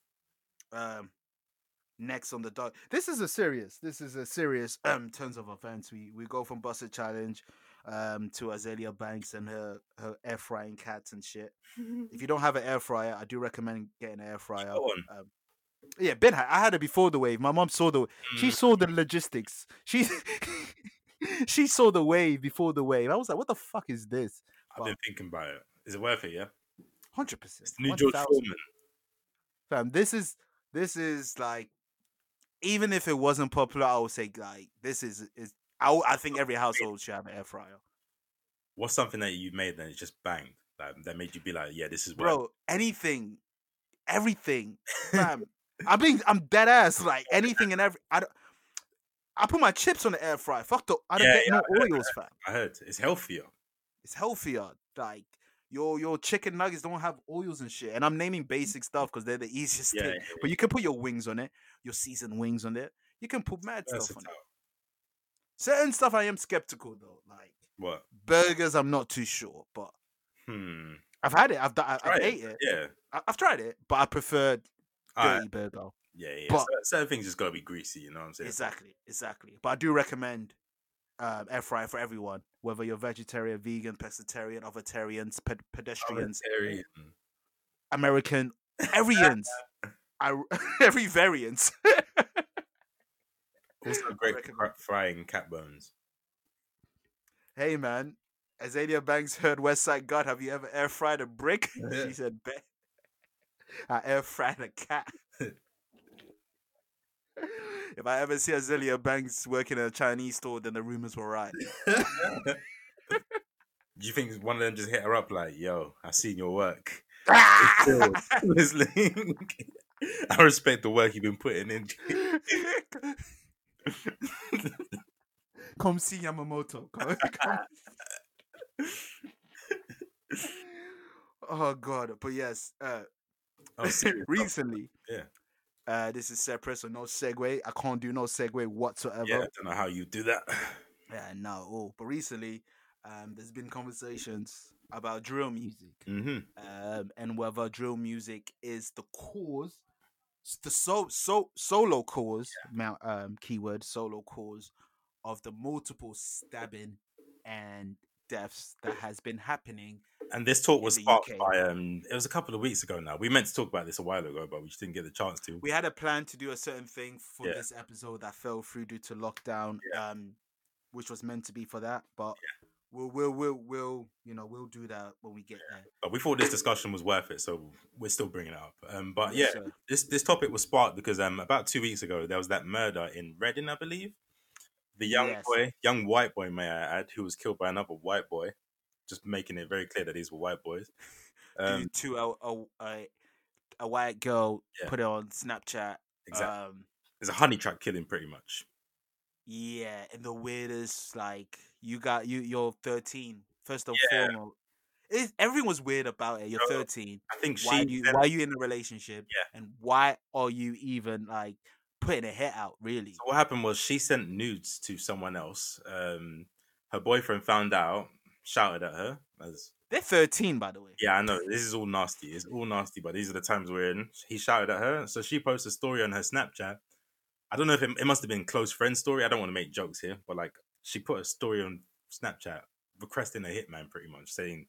A: um next on the dog this is a serious this is a serious um terms of events we we go from Buster challenge um to azalea banks and her her air frying cats and shit if you don't have an air fryer i do recommend getting an air fryer
B: Go on.
A: um, yeah ben i had it before the wave my mom saw the she
B: Mm.
A: saw the logistics she she saw the wave before the wave i was like what the fuck is this
B: I've been thinking about it. Is it worth it? Yeah.
A: 100%
B: It's the new George
A: 1000.
B: Foreman.
A: fam this is this is like even if it wasn't popular i would say like this is is i, w- I think every household should have an air fryer
B: What's something that you made that it just banged? Like, that made you be like, yeah, this is worth.
A: bro anything everything fam i'm being i'm dead ass like anything and every i don't I put my chips on the air fryer. Fuck the. I don't
B: Yeah,
A: get
B: yeah,
A: no oils, fam.
B: I heard it's healthier.
A: It's healthier. Like your your chicken nuggets don't have oils and shit. And I'm naming basic stuff because they're the easiest
B: Yeah,
A: thing. But you can put your wings on it, your seasoned wings on it. You can put mad stuff
B: versatile.
A: on it. Certain stuff I am skeptical though. Like
B: What?
A: burgers, I'm not too sure, but
B: Hmm.
A: I've had it. I've done, I've
B: Try it.
A: ate it.
B: Yeah.
A: I- I've tried it, but I preferred
B: All right.
A: dirty burger.
B: Yeah, yeah.
A: But-
B: certain, certain things just gotta be greasy, you know what I'm saying?
A: Exactly, exactly. But I do recommend um, air fryer for everyone, whether you're vegetarian, vegan, pescatarian, ovatarians, ped- pedestrians,
B: Vegetarian.
A: American, everyans, I, every variant.
B: Also
A: I
B: great for
A: recommend
B: cra- frying cat bones.
A: Hey man, Azalea Banks heard Westside God. Have you ever air fried a brick?
B: Yeah.
A: She said, "Bet I air fried a cat." if I ever see Azalea Banks working in a Chinese store, then the rumors were right.
B: Do you think one of them just hit her up like, "Yo, I've seen your work.
A: Ah!
B: This link. I respect the work you've been putting in."
A: come see Yamamoto. Come, come. oh god, but yes, uh,
B: Oh, serious.
A: recently.
B: Yeah.
A: Uh, this is separate, so no segue. I can't do no segue whatsoever.
B: yeah, I don't know how you do that.
A: Yeah, no. Oh, but recently, um, there's been conversations about drill music,
B: Mm-hmm.
A: um, and whether drill music is the cause, s- the so so solo cause, mou- um, keyword solo cause, of the multiple stabbing and deaths that has been happening.
B: And this talk was
A: the
B: sparked
A: UK.
B: by um. It was a couple of weeks ago now. We meant to talk about this a while ago, but we just didn't get the chance to.
A: We had a plan to do a certain thing for
B: Yeah.
A: this episode that fell through due to lockdown, um, which was meant to be for that, but. We'll, we'll, we'll, we'll, you know, we'll do that when we get there.
B: But we thought this discussion was worth it, so we're still bringing it up. Um, but yeah,
A: Yes, sir.
B: this this topic was sparked because um about two weeks ago there was that murder in Reading, I believe. The young
A: Yes.
B: boy, young white boy, may I add, who was killed by another white boy, just making it very clear that these were white boys. Um,
A: due uh, to a a, a, a white girl
B: Yeah.
A: put it on Snapchat.
B: exactly,
A: Um,
B: it's a honey trap killing, pretty much.
A: yeah, and the weirdest like you got you you're 13 first and
B: Yeah.
A: foremost. It, everyone's weird about it. You're
B: Yo,
A: 13.
B: I think she.
A: Why do you
B: then-
A: why are you in a relationship?
B: Yeah.
A: And why are you even like putting a hit out? Really?
B: So what happened was she sent nudes to someone else. Um, her boyfriend found out, shouted at her. As
A: They're 13, by the way.
B: yeah, I know this is all nasty. It's all nasty, but these are the times we're in. He shouted at her, so she posted a story on her Snapchat. I don't know if it, it must have been close friend story. I don't want to make jokes here, but like she put a story on Snapchat requesting a hitman, pretty much saying,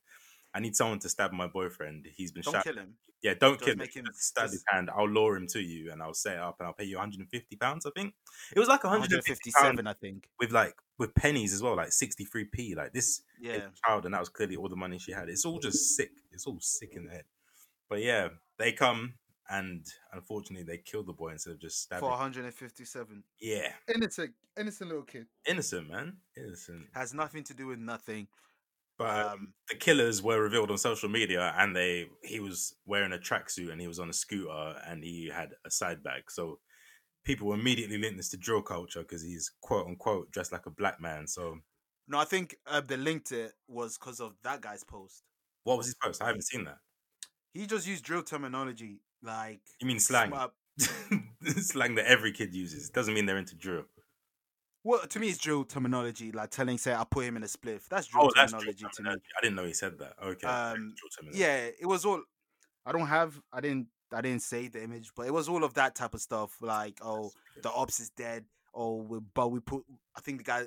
B: "I need someone to stab my boyfriend. He's been
A: Don't
B: shot.
A: kill him.
B: Yeah, don't
A: Just
B: kill
A: make
B: him.
A: him-
B: Just stab his
A: just-
B: hand. I'll lure him to you, and I'll set it up, and I'll pay you 150 pounds. I think it was like 150 pounds
A: 157, I think.
B: with like with pennies as well, like 63p. Like this is
A: Yeah.
B: a child, and that was clearly all the money she had. It's all just sick. It's all sick in the head. But yeah, they come and unfortunately they kill the boy instead of just
A: For
B: stabbing.
A: 157.
B: Yeah,
A: Innocent, innocent little kid.
B: innocent man, innocent.
A: Has nothing to do with nothing.
B: But um,
A: Um,
B: the killers were revealed on social media, and they he was wearing a tracksuit and he was on a scooter and he had a side bag. So people immediately linked this to drill culture because he's quote unquote dressed like a black man. So
A: No, I think uh, the link to it was because of that guy's post.
B: what was his post? I haven't seen that.
A: He just used drill terminology like uh,
B: You mean slang?
A: smart-
B: slang that every kid uses. It doesn't mean they're into drill.
A: Well, to me, it's drill terminology. Like telling, say, I put him in a spliff. That's drill
B: Oh, that's drill
A: terminology to me.
B: terminology. I didn't know he said that. Okay.
A: Um,
B: Drill terminology.
A: Yeah, it was all. I don't have. I didn't. I didn't save the image, but it was all of that type of stuff. Like, oh, the ops is dead. Oh, we, but we put. I think the guy.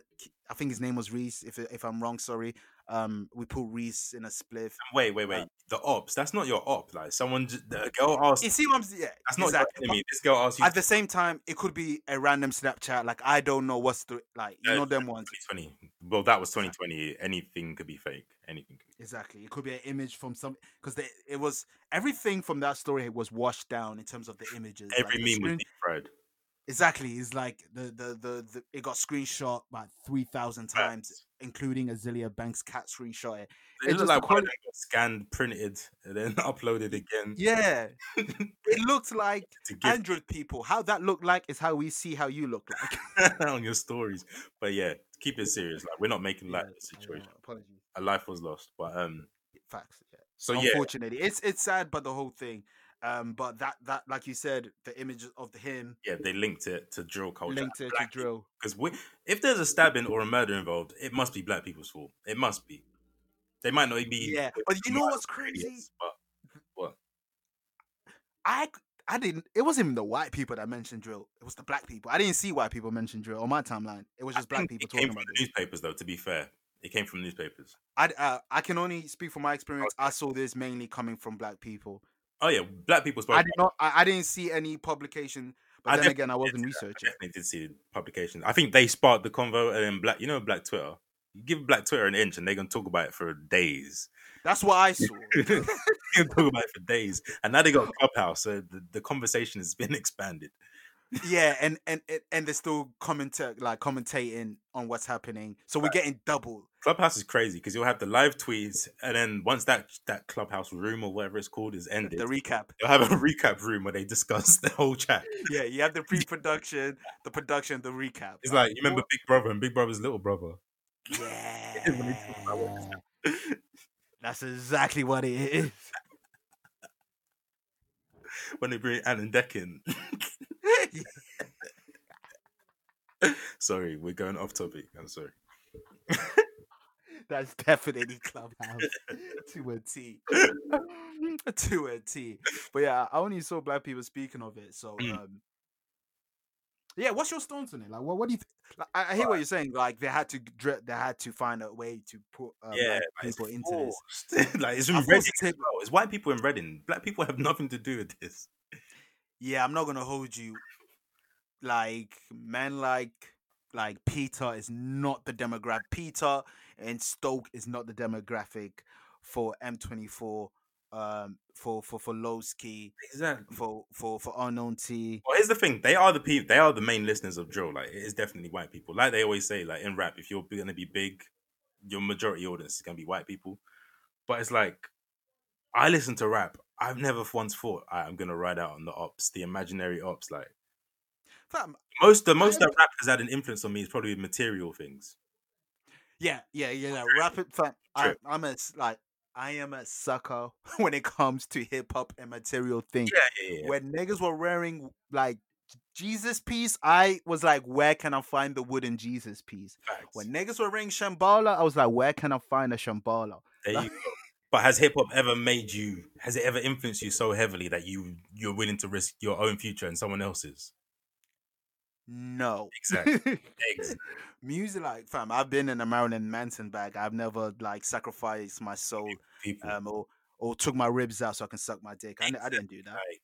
A: I think his name was Reese. If if I'm wrong, sorry. Um, we put Reese in a spliff.
B: Wait,
A: uh
B: wait, wait. the ops. That's not your op. Like someone, j- the girl asked.
A: You see what I'm saying? Yeah,
B: That's not
A: exactly.
B: your enemy. This girl asked you.
A: At the same time, it could be a random Snapchat. Like I don't know what's the like. You
B: Yeah,
A: know them ones
B: 2020. Well, that was 2020. Anything could be fake. Anything. Could be.
A: exactly. It could be an image from some because it was everything from that story was washed down in terms of the images. like,
B: Every
A: the
B: meme was
A: screen-
B: deep fried.
A: exactly. It's like the the the, the it got screenshot about three thousand times,
B: Facts.
A: including Azealia Banks' cat screenshot. It.
B: It,
A: It
B: looked
A: just
B: like one of
A: quali-
B: them got scanned, printed, and then uploaded again
A: Yeah, it looked like
B: to give
A: hundred people. How that looked like is how we see how you look like.
B: on your stories. But yeah, keep it serious. Like we're not making light of the
A: Yeah, I know,
B: situation.
A: Apologies.
B: A life was lost, but um.
A: Facts. Yeah.
B: So yeah,
A: unfortunately it's it's sad but the whole thing um but that that like you said the images of the him
B: yeah, they linked it to drill culture.
A: linked it to drill
B: because if there's a stabbing or a murder involved, it must be black people's fault. It must be. They might not be.
A: yeah but you know
B: might
A: what's
B: be
A: crazy
B: idiots, but
A: i c- i didn't it wasn't even the white people that mentioned drill it was the black people i didn't see white people mention drill on my timeline it was
B: I
A: just black
B: think
A: people
B: It came
A: talking
B: from
A: about
B: the
A: it
B: newspapers, though. To be fair, it came from newspapers.
A: i d- uh, i can only speak from my experience i saw this mainly coming from black people
B: Oh yeah, black people spoke.
A: i did not i, I didn't see any publication but
B: I
A: then
B: def-
A: again i wasn't
B: I
A: researching
B: definitely did see publications. I think they sparked the convo, and then black. You know, black Twitter. You give black Twitter an inch, and they're gonna talk about it for days.
A: that's what i saw
B: they're gonna talk about it for days, and now they got Clubhouse, so the, the conversation has been expanded.
A: yeah and and and- and they're still commenta- like commentating on what's happening so we're getting double
B: Clubhouse is crazy because you'll have the live tweets, and then once that that Clubhouse room or whatever it's called is ended,
A: The recap.
B: you'll have a recap room where they discuss the whole chat.
A: Yeah, you have the pre-production, the production, the recap.
B: It's
A: I'm
B: like you remember Big Brother and Big Brother's little brother.
A: "What?"
B: when they talk about what
A: yeah. That's exactly what it is.
B: when they bring Alan Deckin. Sorry, we're going off topic. I'm sorry.
A: That's definitely Clubhouse to a T. to a T. But yeah, I only saw black people speaking of it. So
B: Mm.
A: um yeah, what's your stance on it? Like, what, what do you? Th- like, I, I hear what you're saying. Like, they had to, dre- they had to find a way to put um,
B: yeah,
A: black
B: like, it's
A: people into this.
B: forced. like it's in
A: I
B: Reading
A: forced
B: as
A: it.
B: well. It's white people in Reading. Black people have nothing to do with this.
A: Yeah, I'm not gonna hold you. Like, men like like Peter is not the demographic. Peter and Stoke is not the demographic for M24. Um, for for for Lowski.
B: Exactly.
A: for for for unknown T.
B: Well, here's the thing. They are the people. They are the main listeners of drill. Like it is definitely white people. Like they always say, like in rap, if you're going to be big, your majority audience is going to be white people. But it's like I listen to rap. I've never once thought "Alright, I'm going to ride out on the ops, the imaginary ops. Like
A: Fam,
B: most, the most that rap has had an influence on me is probably material things.
A: yeah, yeah, yeah. yeah. Rapid fam, I,
B: True.
A: I'm a s- like I am a sucker when it comes to hip hop and material things.
B: Yeah, yeah, yeah.
A: When niggas were wearing like Jesus piece, I was like, where can I find the wooden Jesus piece?
B: Facts.
A: When niggas were wearing Shambhala, I was like, where can I find a Shambhala?
B: There you go. But has hip hop ever made you? Has it ever influenced you so heavily that you you're willing to risk your own future and someone else's?
A: No.
B: Exactly. Exactly.
A: Music like fam, I've been in a Marilyn Manson bag. I've never like sacrificed my soul
B: People.
A: um or or took my ribs out so I can suck my dick. I, I didn't do that.
B: like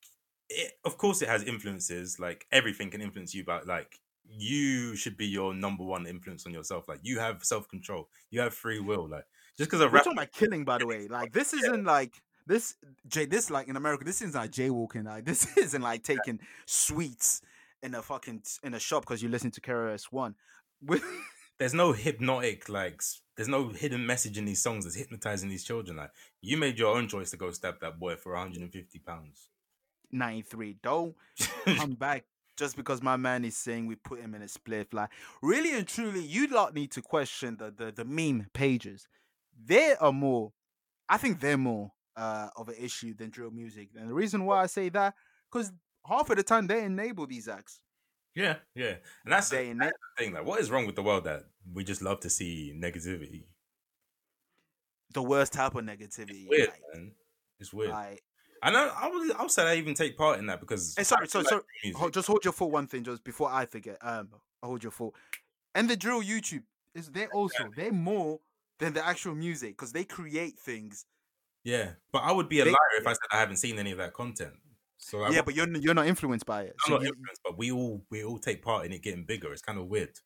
B: it, of course it has influences like everything can influence you but like you should be your number one influence on yourself like you have self-control you have free will like just because a
A: We're
B: rap
A: talking about killing, by the way. Like this isn't like this. J, this like in America, this isn't like jaywalking. Like this isn't like taking sweets in a fucking in a shop because you listen to KRS One. With
B: there's no hypnotic like s- there's no hidden message in these songs that's hypnotizing these children like you made your own choice to go stab that boy for 150 pounds
A: ninety three, don't come back just because my man is saying we put him in a spliff. Like really and truly, you lot need to question the the, the meme pages. They are more. I think they're more uh, of an issue than drill music, and the reason why I say that because half of the time they enable these acts.
B: yeah yeah and that's
A: They
B: the
A: enable.
B: thing like what is wrong with the world that we just love to see negativity
A: the worst type of negativity.
B: weird
A: like-
B: man it's weird
A: like-
B: and i i would i'll say i even take part in that because
A: Hey, sorry,
B: I
A: sorry,
B: like
A: sorry.
B: music.
A: Hold, just hold your thought. One thing, just before I forget. Um, hold your thought. And the drill YouTube is they also they're more than the actual music because they create things.
B: Yeah, but I would be a
A: They-
B: liar if I said I haven't seen any of that content. So I,
A: yeah, but you're n- you're not influenced by it.
B: I'm
A: So
B: not
A: you-
B: influenced, but we all we all take part in it getting bigger. It's kind of weird.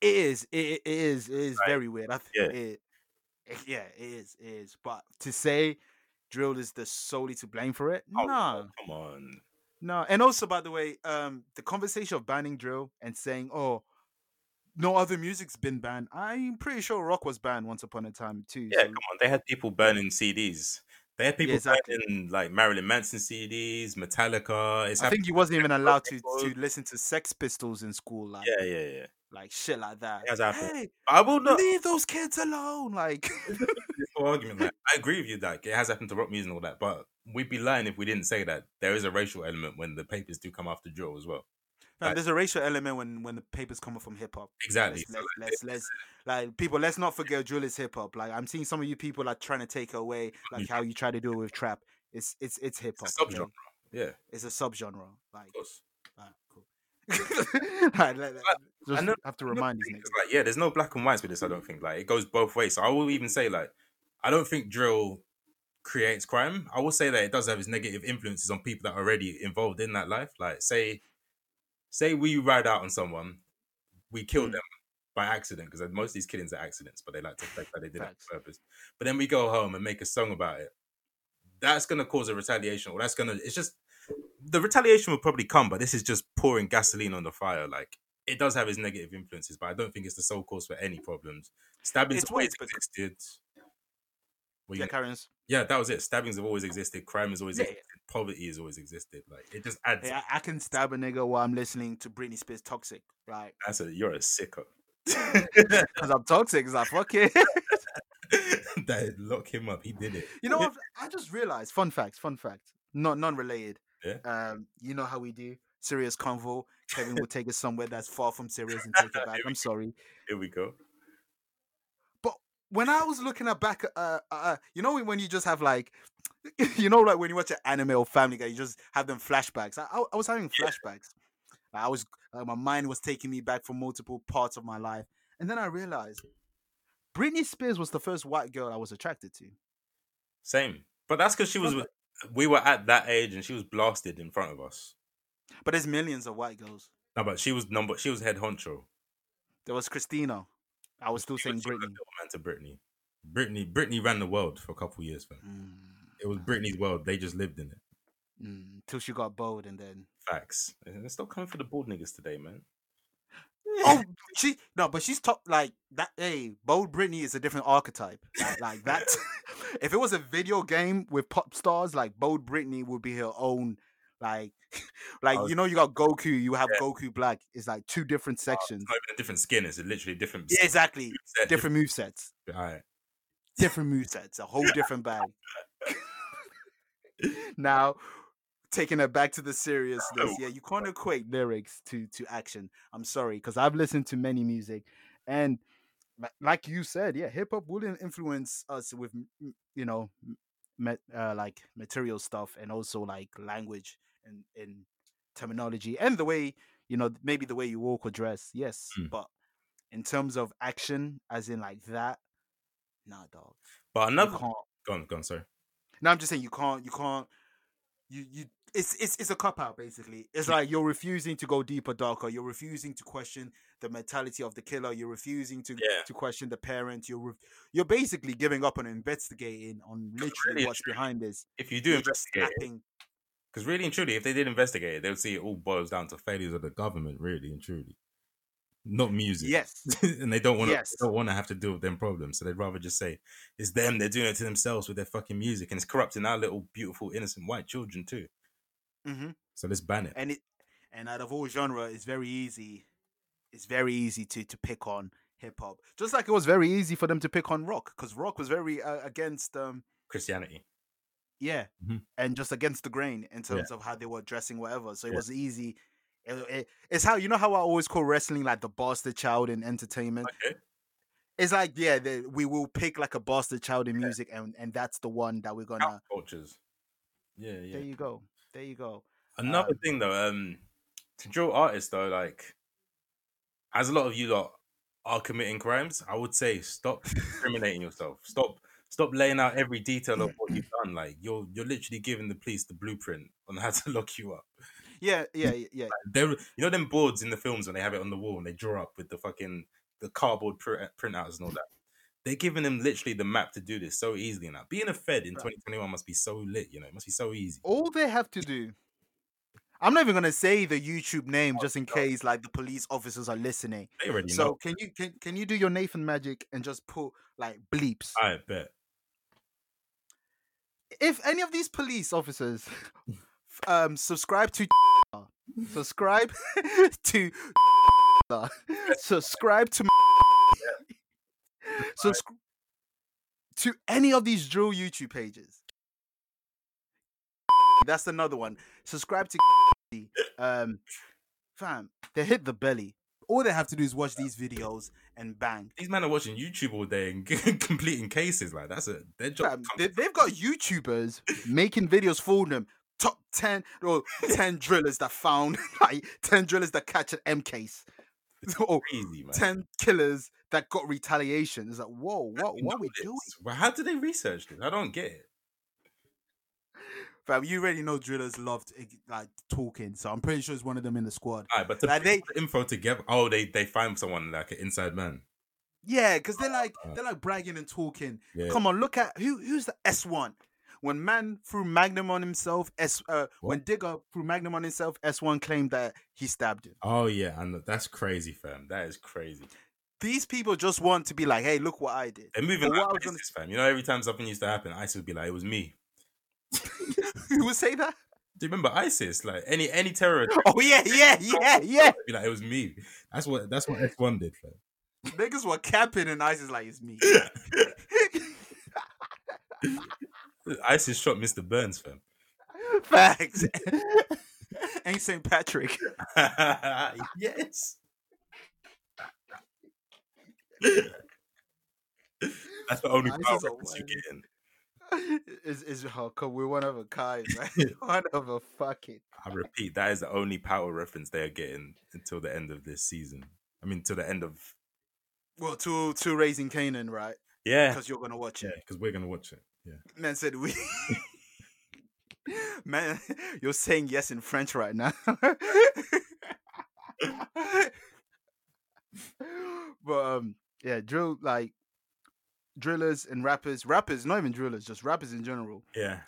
A: it is it, it is it is
B: Right.
A: very weird. I th-
B: Yeah.
A: It, it- yeah, it is it is. But to say drill is the solely to blame for it,
B: Oh,
A: no.
B: come on.
A: No, and also by the way, um, the conversation of banning drill and saying, "Oh, no other music's been banned." I'm pretty sure rock was banned once upon a time too.
B: Yeah,
A: so-
B: come on. They had people burning CDs. They had people
A: exactly.
B: burning like Marilyn Manson CDs, Metallica. It's
A: I
B: happening.
A: think you wasn't even allowed to
B: Rock.
A: to listen to Sex Pistols in school, like
B: Yeah, yeah, yeah.
A: like shit like that.
B: It has happened.
A: Hey,
B: But I will not.
A: leave those kids alone, like.
B: this whole argument. Like, I agree with you. Like it has happened to rock music and all that, but we'd be lying if we didn't say that there is a racial element when the papers do come after drill as well.
A: Fam,
B: Like-
A: there's a racial element when when the papers coming from hip hop.
B: Exactly.
A: Let's, let's, let's, let's- like people. Let's not forget drill is hip hop. Like I'm seeing some of you people like trying to take away like how you try to do it with trap. It's it's it's hip hop.
B: Mm. It's a subgenre. Yeah, of
A: It's a subgenre. Like,
B: course.
A: alright, cool. Alright, let- let- just
B: know-
A: have to
B: Another
A: remind these
B: thing is,
A: niggas.
B: Like, yeah, there's no black and whites with this. I don't think. Like, it goes both ways. So I will even say, like, I don't think drill creates crime. I will say that it does have its negative influences on people that are already involved in that life. Like, say, say we ride out on someone, we kill
A: Mm.
B: them by accident because most of these killings are accidents, but they like to think that they did it on
A: Facts.
B: purpose. But then we go home and make a song about it. That's gonna cause a retaliation, or that's gonna. It's just the retaliation will probably come, but this is just pouring gasoline on the fire. Like it does have its negative influences, but I don't think it's the sole cause for any problems. Stabbings
A: It's
B: always
A: weird because-
B: existed. Well,
A: yeah,
B: yeah,
A: carry on.
B: yeah, that was it. Stabbings have always existed. Crime has always
A: Yeah,
B: existed. Poverty has always existed. Like it just adds.
A: Yeah, I can stab a nigga while I'm listening to Britney Spears "Toxic," right?
B: That's a you're a sicko.
A: Because I'm toxic. It's like fuck it.
B: that lock him up. He did it.
A: You know what? I just realized. Fun fact. Fun fact. Not non-related.
B: Yeah.
A: Um, you know how we do. Serious convo. Kevin will take us somewhere that's far from serious and take it back. I'm sorry.
B: Here we go.
A: When I was looking at back, uh, uh, you know when you just have like, you know, like when you watch an anime or Family Guy, you just have them flashbacks. I, I, I was having flashbacks. I was uh, my mind was taking me back for multiple parts of my life, and then I realized Britney Spears was the first white girl I was attracted to.
B: Same, but that's because she was. with- We were at that age, and she was blasted in front of us.
A: But there's millions of white girls.
B: No, but she was number. She was head honcho.
A: There was Christina. I was still
B: She
A: saying
B: was- she was a
A: Britney.
B: little man to Britney. Britney, Britney ran the world for a couple years, man.
A: Mm,
B: It was Britney's world. They just lived in it.
A: mm, till she got bold, and then
B: Facts. And Stop coming for the bald niggas today, man.
A: oh, she no, but she's top like that. Hey, bold Britney is a different archetype. Like, like that. if it was a video game with pop stars, like bold Britney would be her own. Like, like
B: was-
A: you know, you got Goku. You have
B: Yeah.
A: Goku Black. It's like two different sections.
B: It's not even a different skin. It's literally a different.
A: Yeah, exactly.
B: set,
A: Different move sets.
B: different- Alright.
A: Different move sets. A whole different bag. now, taking it back to the seriousness.
B: No.
A: Yeah, you can't equate lyrics to to action. I'm sorry, because I've listened to many music, and li- like you said, yeah, hip hop wouldn't influence us with m- m- you know, m- mat- uh, like material stuff and also like language and and terminology and the way you know maybe the way you walk or dress. Yes,
B: Mm.
A: but in terms of action, as in like that, nah, dog.
B: But
A: You
B: another.
A: can't.
B: Gone, gone. Sorry.
A: No, I'm just saying you can't. You can't. You you. It's it's it's a cop out basically. It's like you're refusing to go deeper, darker. You're refusing to question the mentality of the killer. You're refusing to
B: Yeah.
A: to question the parent. You're re- you're basically giving up on investigating on literally
B: and
A: what's behind this.
B: If you do
A: You're just
B: investigate,
A: snapping.
B: because really and truly, if they did investigate it, they would see it all boils down to failures of the government. Really and truly, not music.
A: Yes.
B: and they don't want to
A: Yes.
B: don't want to have to deal with them problems. So they'd rather just say it's them. They're doing it to themselves with their fucking music, and it's corrupting our little beautiful innocent white children too.
A: hmm
B: So let's ban it.
A: and it and out of all genre it's very easy it's very easy to to pick on hip hop just like it was very easy for them to pick on rock because rock was very uh, against um
B: Christianity.
A: yeah
B: Mhm.
A: and just against the grain in
B: Yeah.
A: terms of how they were dressing whatever so it
B: Yeah.
A: was easy It- it- it's how you know how i always call wrestling like the bastard child in entertainment
B: Okay.
A: it's like yeah the, we will pick like a bastard child in music and and that's the one that we're gonna
B: Cultures. Yeah, yeah.
A: there you go there you go
B: Another
A: Um,
B: thing though, um, to drill artists though, like as a lot of you lot are committing crimes, I would say stop discriminating yourself. Stop stop laying out every detail of what you've done. Like you're you're literally giving the police the blueprint on how to lock you up.
A: yeah yeah yeah, yeah
B: There you know them boards in the films when they have it on the wall and they draw up with the fucking the cardboard print, printouts and all that. They're giving them literally the map to do this so easily now. Being a Fed in
A: Right.
B: 2021 must be so lit, you know. It must be so easy.
A: all they have to do i'm not even going to say the youtube name just in
B: no.
A: case like the police officers are listening
B: They already
A: so
B: know.
A: can you can, can you do your nathan magic and just put like bleeps
B: I bet.
A: if any of these police officers um subscribe to subscribe to subscribe to subscribe to any of these drill youtube pages that's another one subscribe to um fam they hit the belly all they have to do is watch these videos and bang
B: these men are watching YouTube all day and completing cases. Like that's a their job.
A: Fam, oh, they, they've got YouTubers making videos for them. Top 10 or 10 drillers that found, like, 10 drillers that catch an M case. or
B: crazy, man.
A: 10 killers that got retaliation. It's like, whoa, what,
B: You
A: what
B: know
A: we
B: this.
A: doing?
B: Well, how do they research this? I don't get it.
A: Fam, you already know drillers loved, eh, like, talking. So I'm pretty sure it's one of them in the squad.
B: All right, but to
A: Like,
B: put
A: they-
B: the info together. Oh, they they find someone like an inside man.
A: Yeah, because they're like,
B: Uh,
A: they're like bragging and talking.
B: Yeah.
A: Come on, look at who who's the S1? when man threw Magnum on himself, S uh, when Digger threw Magnum on himself, S1 claimed that he stabbed him.
B: Oh yeah, and that's crazy, fam. That is crazy.
A: These people just want to be like, hey, look what I did.
B: And moving
A: But
B: like
A: what I was
B: ISIS,
A: gonna-
B: fam. You know, every time something used to happen, ISIS would be like, "It was me."
A: Who would say that?
B: Do you remember ISIS? Like any any terror attack,
A: Oh yeah, yeah, yeah, yeah.
B: would be like, "It was me." That's what that's what F one did, fam.
A: Niggas were capping and ISIS like it's me.
B: ISIS shot Mr. Burns, fam.
A: Facts. Ain't St. Patrick.
B: yes. That's the only
A: ISIS
B: power
A: are
B: reference you're
A: wild.
B: getting.
A: is is oh, come, we're one of a kind, man. one of a fucking.
B: I repeat, that is the only power reference they are getting until the end of this season. I mean, till the end of
A: Well, to to raising Canaan, right?
B: yeah,
A: Because you're gonna watch
B: yeah,
A: it.
B: because we're gonna watch it. Yeah.
A: Man said we. Man, you're saying yes in French right now. but um, yeah, drill like drillers and rappers, rappers, not even drillers, just rappers in general.
B: Yeah.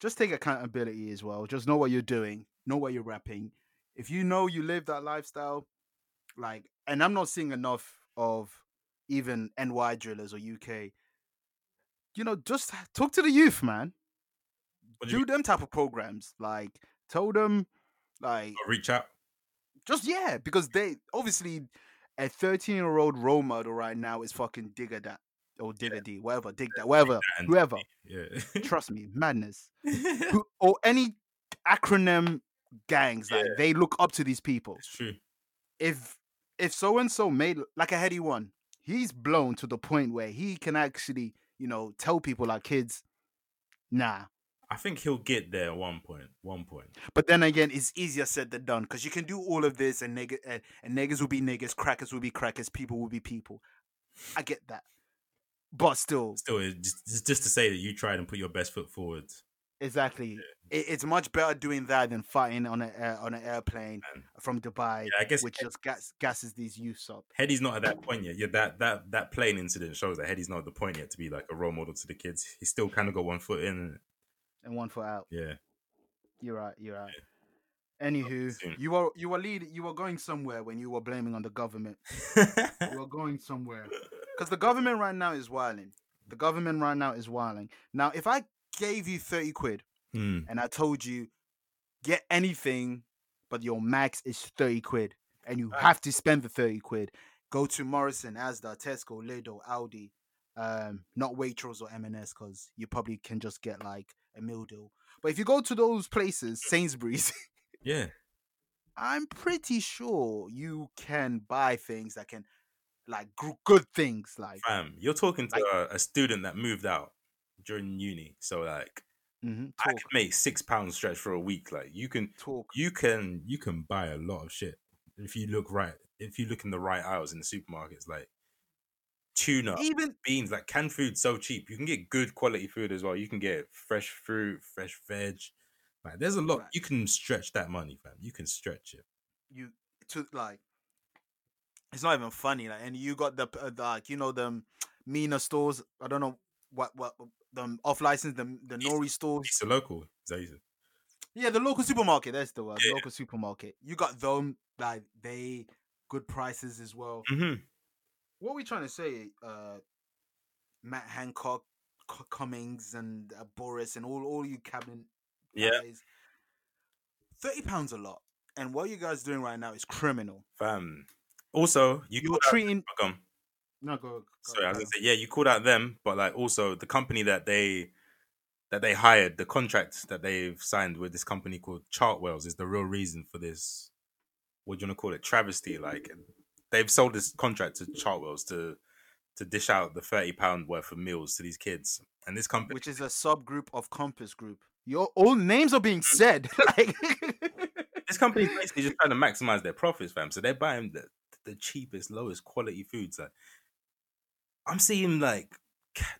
A: just take accountability as well. Just know what you're doing, know what you're rapping. If you know you live that lifestyle, like, and I'm not seeing enough of even NY drillers or UK. You know, just talk to the youth, man.
B: What do you
A: Do them type of programs. Like, tell them, like,
B: mean? Reach out.
A: just yeah, because they obviously a 13 year old role model right now is fucking digger that or digger D, whatever, dig that, whatever,
B: and-
A: whoever.
B: Yeah.
A: Trust me, madness who, or any acronym gangs like they look up to these people
B: it's true.
A: if if so and so made like a heady one he's blown to the point where he can actually you know tell people like kids nah
B: I think he'll get there at one point. One point.
A: but then again it's easier said than done because you can do all of this and, nigga, and, and niggas will be niggas crackers will be crackers people will be people i get that but still
B: Still, it's just, it's just to say that you tried and put your best foot forward.
A: exactly it, it's much better doing that than fighting on a air on an airplane
B: Man.
A: from dubai
B: Yeah, I guess
A: which just gas, gasses these youths up
B: Hedy's not at that point yet. Yeah, that that that plane incident shows that Hedy's not at the point yet to be like a role model to the kids. He's still kind of got one foot in.
A: and one foot out.
B: Yeah,
A: You're right. You're right. Anywho,
B: soon.
A: you were you were lead you were going somewhere when you were blaming on the government. You were going somewhere because the government right now is wilding. The government right now is wilding. Now, if I gave you thirty quid
B: Hmm.
A: and I told you get anything, but your max is thirty quid, and you
B: Right.
A: have to spend the thirty quid, go to Morrison, Asda, Tesco, Lidl, Aldi, um, not Waitrose or M&S because you probably can just get like a meal deal. But if you go to those places, Sainsbury's,
B: yeah,
A: I'm pretty sure you can buy things that can, like, gr- good things. Like,
B: fam, you're talking to
A: Like-
B: a, a student that moved out during uni, so like
A: mhm,
B: I
A: talk,
B: can make six pounds stretch for a week. Like you can,
A: talk.
B: you can, you can buy a lot of shit if you look right. If you look in the right aisles in the supermarkets, like tuna,
A: Even
B: beans, like canned food, so cheap. You can get good quality food as well. You can get fresh fruit, fresh veg. Like there's a lot
A: Right.
B: you can stretch that money, fam. You can stretch it.
A: you to like it's not even funny like and you got the p- uh, the, like you know them mina stores i don't know what what them off license the the
B: Yes.
A: nori stores
B: It's a local. Is that what you said?
A: yeah the local supermarket that's the word the
B: Yeah.
A: local supermarket you got them like they good prices as well
B: Mhm.
A: what are we trying to say uh matt hancock C- cummings and uh, boris and all all you cabinet
B: Yeah,
A: guys, 30 pounds a lot and what you guys doing right now is criminal
B: fam. Also, you
A: you're
B: called out-
A: treating
B: oh, go on.
A: no go, go
B: Sorry, I
A: carry
B: was gonna
A: on.
B: say yeah. You called out them, but like also the company that they that they hired, the contract that they've signed with this company called Chartwells is the real reason for this. What do you want to call it? Travesty. Like they've sold this contract to Chartwells to to dish out the thirty pound worth of meals to these kids, and this company.
A: which is a subgroup of Compass Group. Your own names are being said. like,
B: this company's basically just trying to maximize their profits, fam. So they're buying the, the cheapest, lowest quality foods. Like, I'm seeing like ca-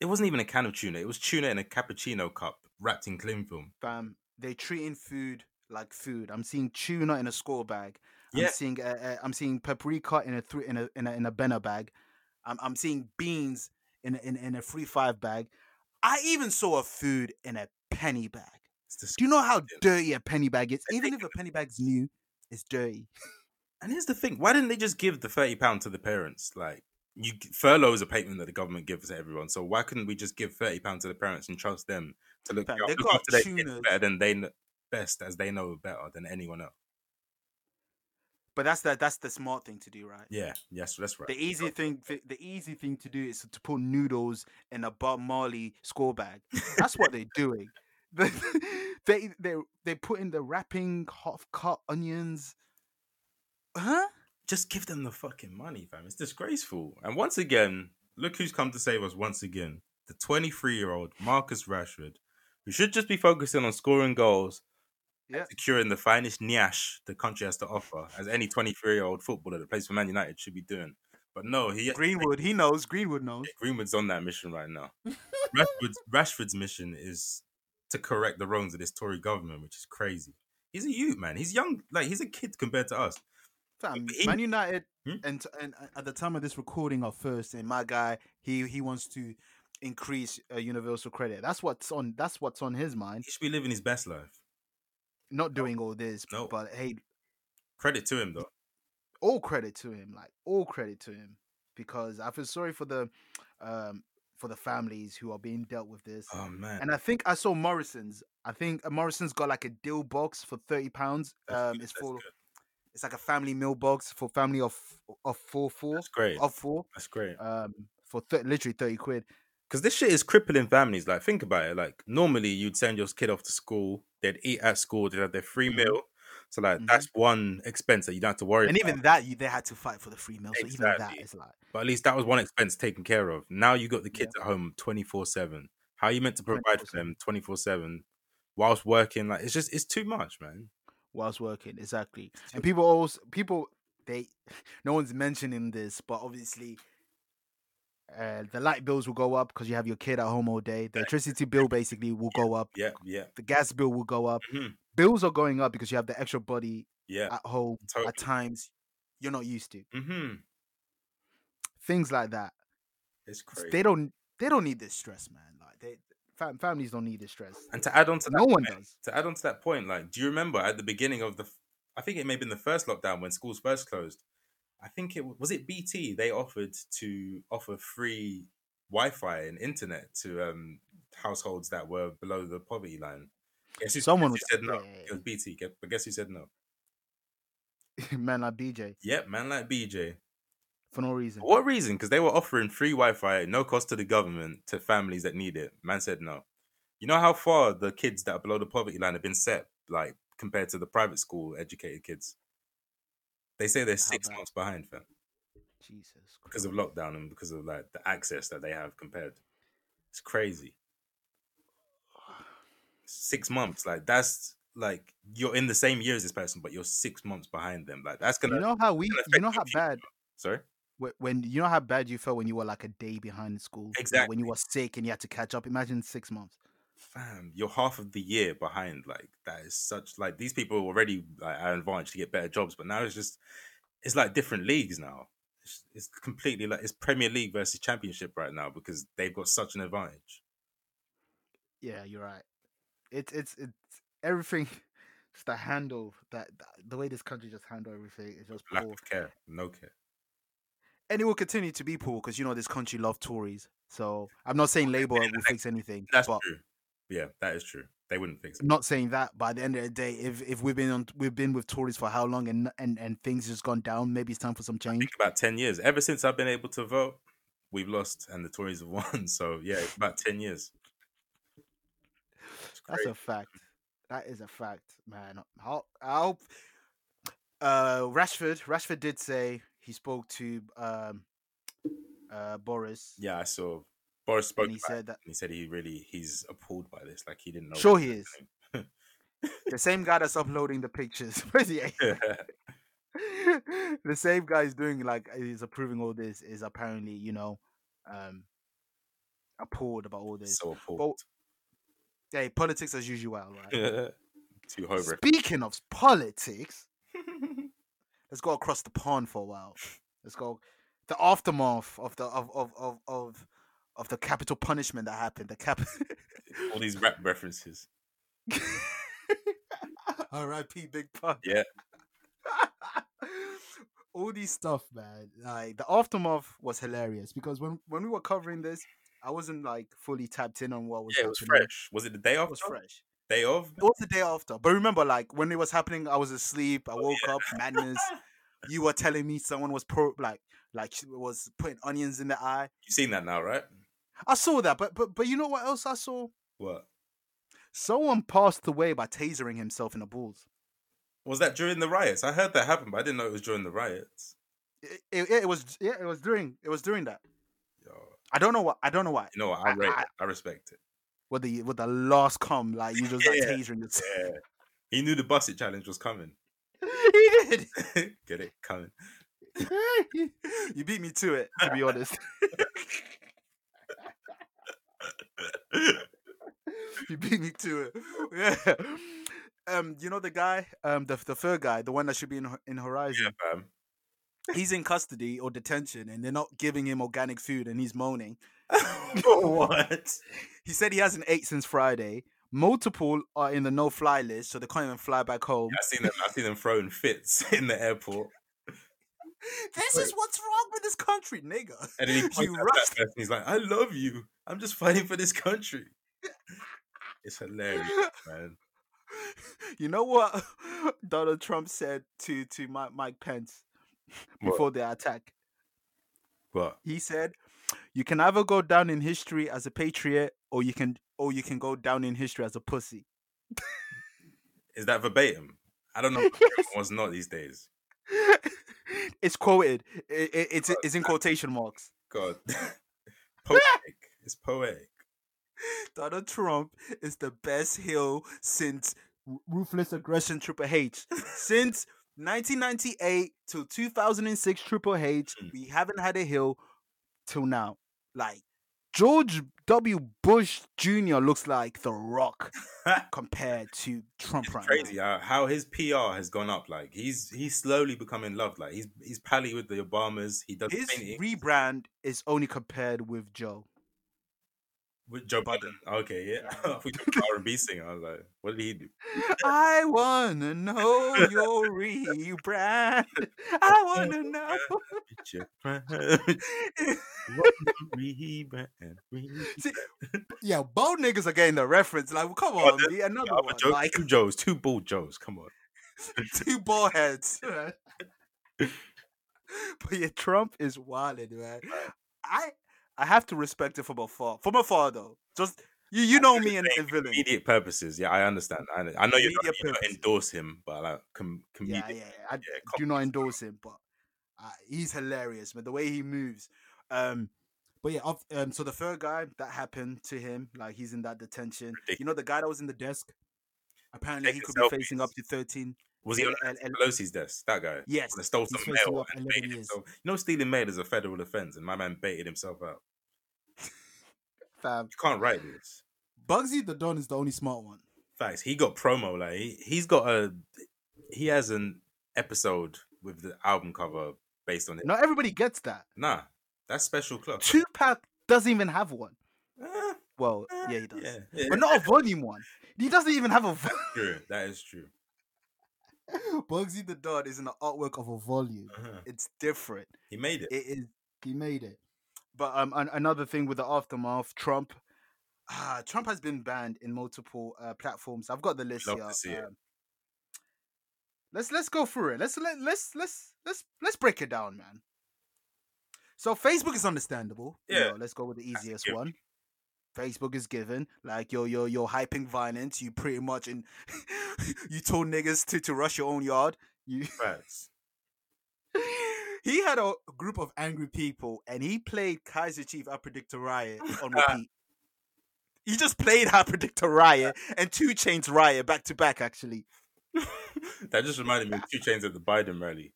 B: it wasn't even a can of tuna; it was tuna in a cappuccino cup wrapped in cling film.
A: fam, they treating food like food. I'm seeing tuna in a score bag.
B: Yeah.
A: I'm seeing uh, uh, I'm seeing paprika in a three in a in a in a Benner bag. I'm I'm seeing beans in a, in, a- in a three five bag. I even saw a food in a penny bag.
B: It's dis-
A: Do you know how dirty a penny bag is?
B: I
A: Even
B: think-
A: if a penny bag's new, it's dirty.
B: and here's the thing: why didn't they just give the thirty pound to the parents? Like, you furlough is a payment that the government gives to everyone. So why couldn't we just give thirty pound to the parents and trust them to look,
A: Fam,
B: out-
A: they
B: look
A: got
B: after their kids
A: tuners.
B: better than they kn- best as they know better than anyone else?
A: But that's the that's the smart thing to do, right?
B: Yeah, yes, that's right.
A: The easy thing, the, the easy thing to do is to put noodles in a Bob Marley score bag. That's what they're doing. they they they're- they're putting the wrapping, half cut onions. Huh?
B: just give them the fucking money, fam. It's disgraceful. And once again, look who's come to save us once again. The 23 year old Marcus Rashford, who should just be focusing on scoring goals,
A: Yeah.
B: securing the finest niash the country has to offer, as any 23 year old footballer that plays for Man United should be doing. But no, he
A: Greenwood, he knows. Greenwood knows.
B: Greenwood's on that mission right now. Rashford's, Rashford's mission is to correct the wrongs of this Tory government, which is crazy. He's a youth, man. He's young, like he's a kid compared to us.
A: Fam,
B: But he-
A: Man United
B: Hmm?
A: and, and at the time of this recording are first, and my guy, he he wants to increase uh, universal credit. That's what's on. That's what's on his mind.
B: He should be living his best life.
A: Not doing all this,
B: No.
A: but hey,
B: Credit to him, though.
A: all credit to him, like all credit to him, because I feel sorry for the um for the families who are being dealt with this.
B: Oh man.
A: and I think I saw Morrison's. I think uh, Morrison's got like a deal box for thirty pounds.
B: That's
A: Um,
B: good,
A: it's
B: that's
A: for
B: good.
A: it's like a family meal box for family of of four four
B: That's great.
A: of four.
B: That's great.
A: um for th- literally 30 quid
B: Because this shit is crippling families. Like, think about it. Like, normally you'd send your kid off to school. They'd eat at school. They'd have their free
A: Mhm.
B: meal. So, like,
A: Mhm.
B: that's one expense that you don't have to worry
A: and
B: about.
A: even that you, they had to fight for the free meal so even that
B: Exactly.
A: is like
B: but at least that was one expense taken care of. Now you got the kids at home 24 7. How are you meant to provide for
A: 24/7.
B: them 24 7 whilst working? Like, it's just, it's too much, man.
A: whilst working exactly and people always people they no one's mentioning this but obviously uh, the light bills will go up because you have your kid at home all day. The electricity bill basically will go up.
B: Yeah, yeah.
A: The gas bill will go up.
B: Mhm.
A: Bills are going up because you have the extra body
B: Yeah.
A: at home
B: Totally.
A: at times you're not used to.
B: hmm
A: Things like that.
B: It's crazy.
A: They don't. They don't need this stress, man. Like they, fam- families don't need this stress.
B: and to add on to that,
A: No one
B: point-
A: does.
B: to add on to that point, like, do you remember at the beginning of the, I think it may have been the first lockdown when schools first closed. I think it was it BT. They offered to offer free Wi-Fi and internet to um, households that were below the poverty line. Guess who,
A: Someone
B: guess who
A: was-
B: said no?
A: yeah, yeah,
B: It was BT, gu- but guess who said no?
A: man like BJ
B: Yep, man like BJ.
A: for no reason.
B: For what reason? Because they were offering free Wi-Fi, no cost to the government, to families that need it. Man said no. You know how far the kids that are below the poverty line have been set, like compared to the private school educated kids. They say they're six
A: bad?
B: months behind, fam,
A: Jesus.
B: because of
A: Christ.
B: lockdown and because of like the access that they have compared. It's crazy. Six months, like that's like you're in the same year as this person, but you're six months behind them. Like that's gonna.
A: You know how we,
B: gonna
A: you
B: affect
A: know
B: your
A: how
B: future.
A: bad
B: Sorry.
A: wh- when you know how bad you felt when you were like a day behind in school. like, When
B: Exactly.
A: you were sick and you had to catch up. Imagine six months.
B: fam, you're half of the year behind. Like that is such like these people already like are advantaged to get better jobs, but now it's just it's like different leagues now. It's, it's completely like it's Premier League versus Championship right now because they've got such an advantage.
A: Yeah, you're right. It's it's it's everything. Just the handle that, that the way this country just handle everything is just
B: Lack
A: poor,
B: of care, no care.
A: and it will continue to be poor because you know this country love Tories. So I'm not saying Labour will fix anything.
B: That's
A: but
B: true. Yeah, that is true. They wouldn't fix it.
A: not saying that, but at the end of the day, if if we've been on we've been with Tories for how long and and and things just gone down, maybe it's time for some change.
B: Think about ten years. Ever since I've been able to vote, we've lost and the Tories have won. So yeah, it's about ten years. It's
A: That's
B: crazy.
A: a fact. That is a fact, man. How how uh Rashford Rashford did say he spoke to um uh Boris.
B: yeah, I saw Boris spoke.
A: and he
B: about it.
A: said that
B: And he said he really he's appalled by this. Like he didn't know.
A: Sure
B: what
A: he
B: was
A: is. the same guy that's uploading the pictures, where's he at?
B: happening.
A: the same guy is doing like is approving all this is apparently you know um appalled about all this.
B: so appalled.
A: hey, politics as usual, right?
B: Too horrific.
A: Speaking of politics, let's go across the pond for a while. Let's go the aftermath of the of of of of, of the capital punishment that happened. The cap.
B: All these rap references.
A: R.I.P. Big Pun.
B: Yeah.
A: All these stuff, man. Like the aftermath was hilarious because when when we were covering this, I wasn't like fully tapped in on what was
B: Yeah, it was
A: happening.
B: fresh. Was it the day
A: It
B: of?
A: was fresh.
B: Day of?
A: It was the day after. But remember, like when it was happening, I was asleep. I woke up, madness. you were telling me someone was pro like like she was putting onions in the eye.
B: You've seen that now, right?
A: I saw that, but but but you know what else I saw?
B: What?
A: Someone passed away by tasering himself in the balls.
B: Was that during the riots? I heard that happen, but I didn't know it was during the riots.
A: It, it, it was yeah, it was during it was during that.
B: Yo,
A: I don't know what I don't know why.
B: you know what? I
A: I-
B: rate
A: I-
B: it. I respect it.
A: With the with the last come, like you just like
B: Yeah.
A: tasering yourself.
B: Yeah. He knew the busset challenge was coming.
A: he did.
B: Get it coming.
A: you beat me to it, to be honest. you beat me to it. Yeah. Um, you know the guy, um, the the third guy, the one that should be in Ho- in Horizon.
B: yeah, fam.
A: He's in custody or detention, and they're not giving him organic food, and he's moaning.
B: what?
A: He said he hasn't ate since Friday. Multiple are in the no-fly list, so they can't even fly back home.
B: I seen them. I seen them throwing fits in the airport,
A: This is what's wrong with this country, nigga.
B: and then he points
A: You
B: at that
A: rushed-
B: person. He's like, "I love you. I'm just fighting for this country." It's hilarious, man.
A: You know what Donald Trump said to to Mi- Mike Pence
B: What?
A: before the attack?
B: But
A: He said, "You can either go down in history as a patriot, or you can or you can go down in history as a pussy."
B: is that verbatim? I don't know. if verbatim was not these days.
A: it's quoted. It, it, it's it's in quotation marks.
B: God, poetic. It's poetic.
A: Donald Trump is the best heel since Ru- ruthless aggression Triple H. since 1998 till 2006 Triple H,
B: Mm.
A: we haven't had a heel till now. Like George W. Bush Jr. looks like The Rock compared to Trump
B: It's
A: right now.
B: crazy how, how his PR has gone up. Like he's he's slowly becoming loved. Like he's he's pally with the Obamas. He does
A: His
B: painting
A: rebrand is only compared with Joe.
B: with Joe Biden.
A: Budden.
B: Okay, yeah. I think R and B singer. I was like, what did he do?
A: I wanna know your rebrand. I wanna know.
B: With your friend. What a rebrand, rebrand.
A: Yeah, bold niggas are getting the reference. Like, come
B: Oh,
A: on,
B: that's-
A: be another
B: I'm a
A: one.
B: joke.
A: Like
B: two Joes, two bald Joes. Come on.
A: two ball heads. man. but yeah, Trump is wilding, man. I I have to respect it from afar. From afar though. Just you you know me and, and villain.
B: Immediate purposes. Yeah, I understand. I, I know you're
A: Immediate
B: not, you don't
A: purposes.
B: endorse him, but like com-
A: Yeah,
B: comedic.
A: yeah. I do
B: com-
A: not endorse him, but uh, he's hilarious, man. The way he moves. Um but yeah, of- um, so the third guy that happened to him, like he's in that detention. You know the guy that was in the desk? Apparently he
B: Taking
A: could be facing
B: selfies.
A: up to 13.
B: Was he on
A: L- L-
B: Pelosi's desk? That guy.
A: Yes.
B: that stole
A: He's
B: some
A: facing
B: mail
A: up
B: and
A: 11
B: baited
A: years.
B: himself. You know, stealing mail is a federal offense, and my man baited himself out.
A: Fam.
B: You can't write this.
A: Bugsy the Don is the only smart one.
B: Facts. He got promo. Like he, he's got a. He has an episode with the album cover based on it.
A: Not everybody gets that.
B: Nah, that's special club.
A: Tupac doesn't even have one.
B: Ah,
A: Well,
B: ah,
A: yeah, he does.
B: Yeah, yeah,
A: But not a volume one. He doesn't even have a volume.
B: true. That is true.
A: Bugsy the Don is in the artwork of a volume.
B: Uh-huh.
A: It's different.
B: He made it.
A: It is. He made it. But um, an- another thing with the aftermath, Trump. Ah, Trump has been banned in multiple uh, platforms. I've got the list
B: Love to
A: here.
B: see it.
A: um, Let's let's go through it. Let's let, let's let's let's let's break it down, man. So Facebook is understandable. you
B: Yeah.
A: know, let's go with the
B: That's a
A: easiest
B: given.
A: one. Facebook is given. Like you're you're you're hyping violence. You pretty much and you told niggas to to rush your own yard. You
B: Facts.
A: he had a group of angry people and he played Kaiser Chief I Predict a Riot on repeat. he just played I Predict a Riot and Two Chains Riot back to back, actually.
B: that just reminded me of two chains at the Biden rally.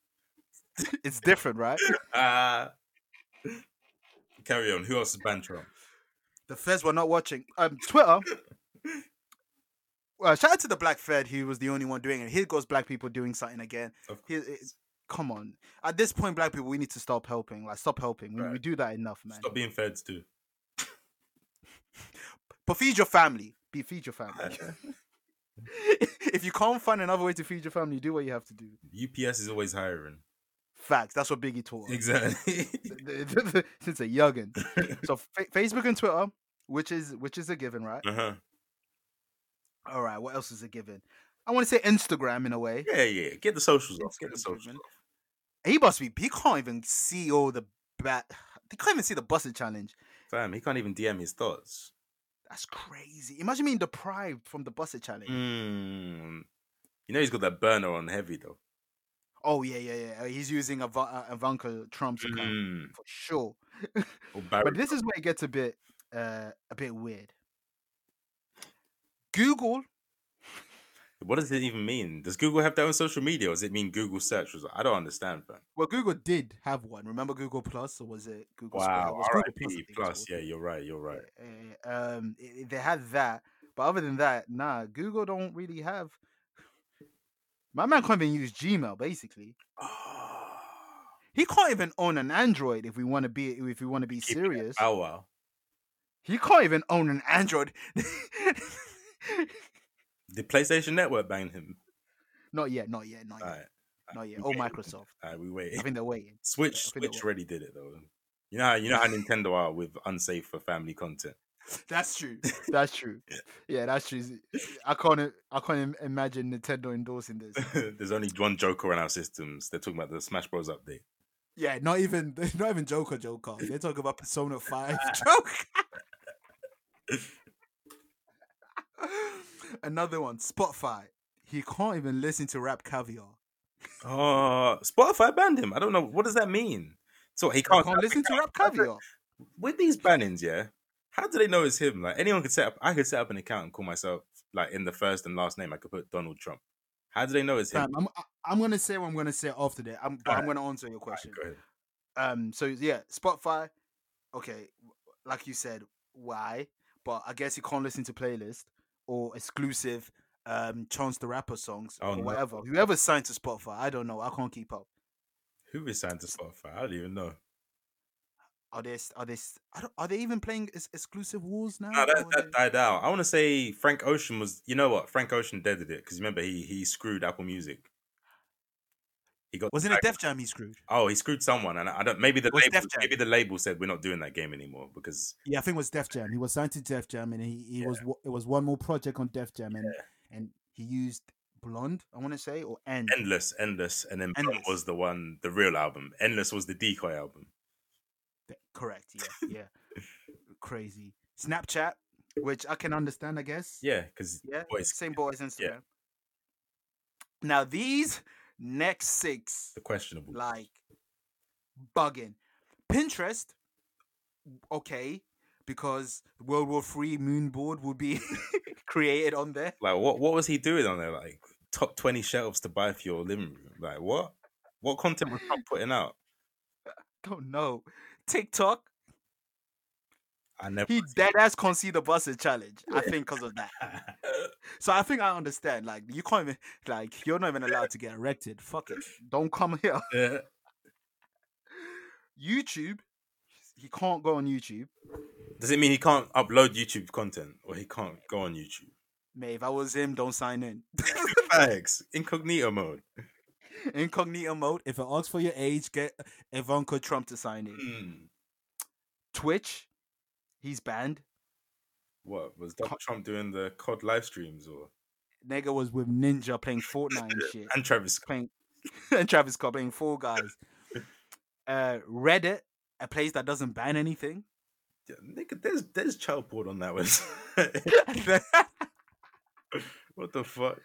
A: It's different, right?
B: Ah. Carry on. Who else is banned Trump?
A: The feds were not watching. Um, Twitter. Well, shout out to the Black Fed, who was the only one doing it. Here goes black people doing something again.
B: Of
A: Here, it- come on. At this point, black people, we need to stop helping. Like, stop helping. We, we
B: Right.
A: do that enough, man.
B: Stop being feds too.
A: But feed your family. Be feed your family. if you can't find another way to feed your family, do what you have to do.
B: UPS is always hiring.
A: Facts. That's what Biggie taught. us.
B: Exactly.
A: it's a youngin. so fa- Facebook and Twitter, which is which is a given, right?
B: uh-huh.
A: All right. What else is a given? I want to say Instagram in a way.
B: Yeah, yeah. Get the socials off. Get the
A: Instagram
B: socials
A: given.
B: off.
A: He must be. He can't even see all the bad. They can't even see the busted challenge.
B: Fam, he can't even DM his thoughts.
A: That's crazy. Imagine being deprived from the busted challenge.
B: Mm. You know he's got that burner on heavy though.
A: Oh yeah, yeah, yeah. He's using Iva- uh, Ivanka Trump's account
B: Mm.
A: for sure.
B: Or
A: But
B: Barry.
A: this is where it gets a bit, uh, a bit weird. Google.
B: What does it even mean? Does Google have their own social media, or does it mean Google search results? I don't understand, fam.
A: Well, Google did have one. Remember Google Plus, or was it Google? Square? It was Google I
B: R.I.P.
A: think it's
B: Plus,
A: called.
B: yeah, you're right. You're right.
A: Uh, um, it- it- they had that, but other than that, nah. Google don't really have. My man can't even use Gmail. Basically,
B: Ah,
A: he can't even own an Android if we want to be if we want to be
B: Keeping it
A: serious.
B: Bow wow.
A: He can't even own an Android.
B: The PlayStation Network banned him.
A: not yet. Not yet. Not
B: All
A: yet.
B: right.
A: Not yet.
B: we
A: Oh,
B: waiting.
A: Microsoft.
B: All right, we
A: I
B: wait.
A: think they're waiting.
B: Switch,
A: I think it
B: Switch
A: will.
B: already did it though. You know, how, you know how Nintendo are with unsafe for family content.
A: That's true. That's true. Yeah, that's true. I can't. I can't im- imagine Nintendo endorsing this.
B: There's only one Joker on our systems. They're talking about the Smash Bros. update.
A: Yeah, not even. Not even Joker. Joker. They're talking about Persona Five. Joker. Another one. Spotify. He can't even listen to rap caviar.
B: Oh, Spotify banned him. I don't know what does that mean. So he
A: He
B: can't,
A: can't listen to rap caviar.
B: with these bannings, yeah. How do they know it's him? Like anyone could set up. I could set up an account and call myself like in the first and last name. I could put Donald Trump. How do they know it's him?
A: Fam, I'm. I- I'm gonna say what I'm gonna say after that. I'm. But I'm
B: Alright.
A: gonna answer your
B: Alright,
A: question.
B: go ahead.
A: Um. So yeah, Spotify. Okay, w- like you said, why? But I guess you can't listen to playlist or exclusive um Chance the Rapper songs
B: Oh,
A: or
B: no.
A: whatever. Whoever signed to Spotify, I don't know. I can't keep up.
B: Who is signed to Spotify? I don't even know.
A: Are they? s- Are they? s- I don't- Are they even playing ex- exclusive wars now?
B: No, that,
A: or
B: that
A: they-
B: died out. I want to say Frank Ocean was. You know what? Frank Ocean deaded it because remember he he screwed Apple Music. He got
A: Wasn't it Def Jam he screwed?
B: Oh, he screwed someone, and I I don't. Maybe the
A: It was
B: label,
A: Def Jam.
B: maybe the label said we're not doing that game anymore because
A: Yeah, I think it was Def Jam. He was signed to Def Jam, and he, he was wa- it was one more project on Def Jam, and and he used Blonde, I want to say, or N.
B: endless, endless, and then Blonde
A: Endless.
B: was the one, the real album. Endless was the decoy album.
A: Th- Correct. Yeah. Yeah. Crazy. Snapchat, which I can understand, I guess.
B: Yeah, because
A: Yeah.
B: boys,
A: Same boys Instagram. Now these next six,
B: the questionable.
A: like, bugging. Pinterest, okay, because World War Three Moonboard will be created on there.
B: Like, what what was he doing on there? Like top twenty shelves to buy for your living room. Like what? What content was Trump putting out?
A: Don't know. TikTok,
B: I never.
A: he dead ass can't see the buses challenge. I think because of that. So I think I understand. Like you can't even like you're not even allowed to get erected. Fuck it. Don't come here.
B: Yeah.
A: YouTube. He can't go on YouTube.
B: Does it mean he can't upload YouTube content or he can't go on YouTube?
A: Mate, if I was him, don't sign in.
B: Facts. Incognito mode.
A: Incognito mode. If it asks for your age, get Ivanka Trump to sign in.
B: Hmm.
A: Twitch. He's banned.
B: What was Donald Trump doing the COD live streams or
A: Nigga was with Ninja playing Fortnite and shit.
B: and Travis Scott?
A: Playing and Travis Scott playing Four Guys. Uh, Reddit, a place that doesn't ban anything.
B: Yeah, Nigga, there's there's child porn on that website. what the fuck?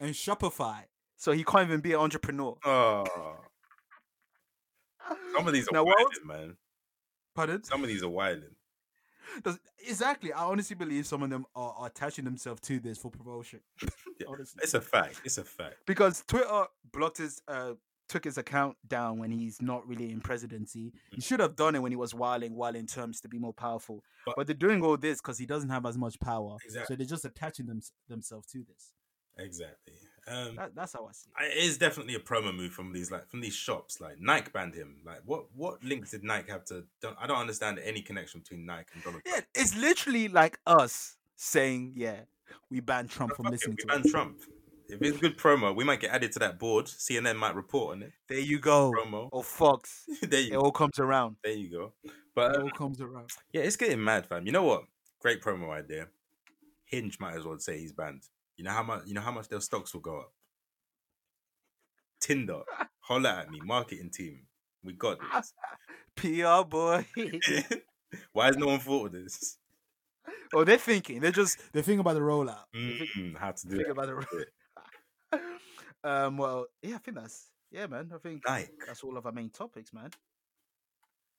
A: and Shopify. So he can't even be an entrepreneur.
B: Oh, some of these are
A: Now, what
B: wilding,
A: was-
B: man.
A: Pardon?
B: Some of these are wilding.
A: Does, exactly. I honestly believe some of them are, are attaching themselves to this for promotion.
B: Yeah,
A: honestly.
B: It's a fact. It's a fact.
A: Because Twitter blocked his, uh, took his account down when he's not really in presidency.
B: Mm.
A: He should have done it when he was wilding, while in terms to be more powerful. But,
B: But-
A: they're doing all this because he doesn't have as much power. So
B: Exactly.
A: they're just attaching them, themselves to this.
B: Exactly. Um,
A: That, that's how I see it.
B: I- it is definitely a promo move from these like from these shops. Like Nike banned him. Like what what links did Nike have to? Don't, I don't understand any connection between Nike and Donald.
A: Yeah, it's literally like us saying, yeah, we banned Trump
B: Trump.
A: from
B: Fuck it,
A: listening
B: we
A: to
B: banned
A: us.
B: Trump. If it's good promo, we might get added to that board. CNN might report on it.
A: There you go.
B: Promo.
A: Oh, Oh. Fox.
B: there you
A: It
B: go.
A: all comes around.
B: There you go. But
A: It
B: um,
A: all comes around.
B: yeah, it's getting mad, fam. You know what? Great promo idea. Hinge might as well say he's banned. You know how much? You know how much their stocks will go up. Tinder, holla at me, marketing team. We got this.
A: PR boy.
B: Why has no one thought of this?
A: oh, they're thinking. They're just they're thinking about the rollout.
B: Mm, how to do
A: Thinking
B: it?
A: about the rollout. um. Well, yeah. I think that's yeah, man. I think
B: Nike.
A: that's all of our main topics, man.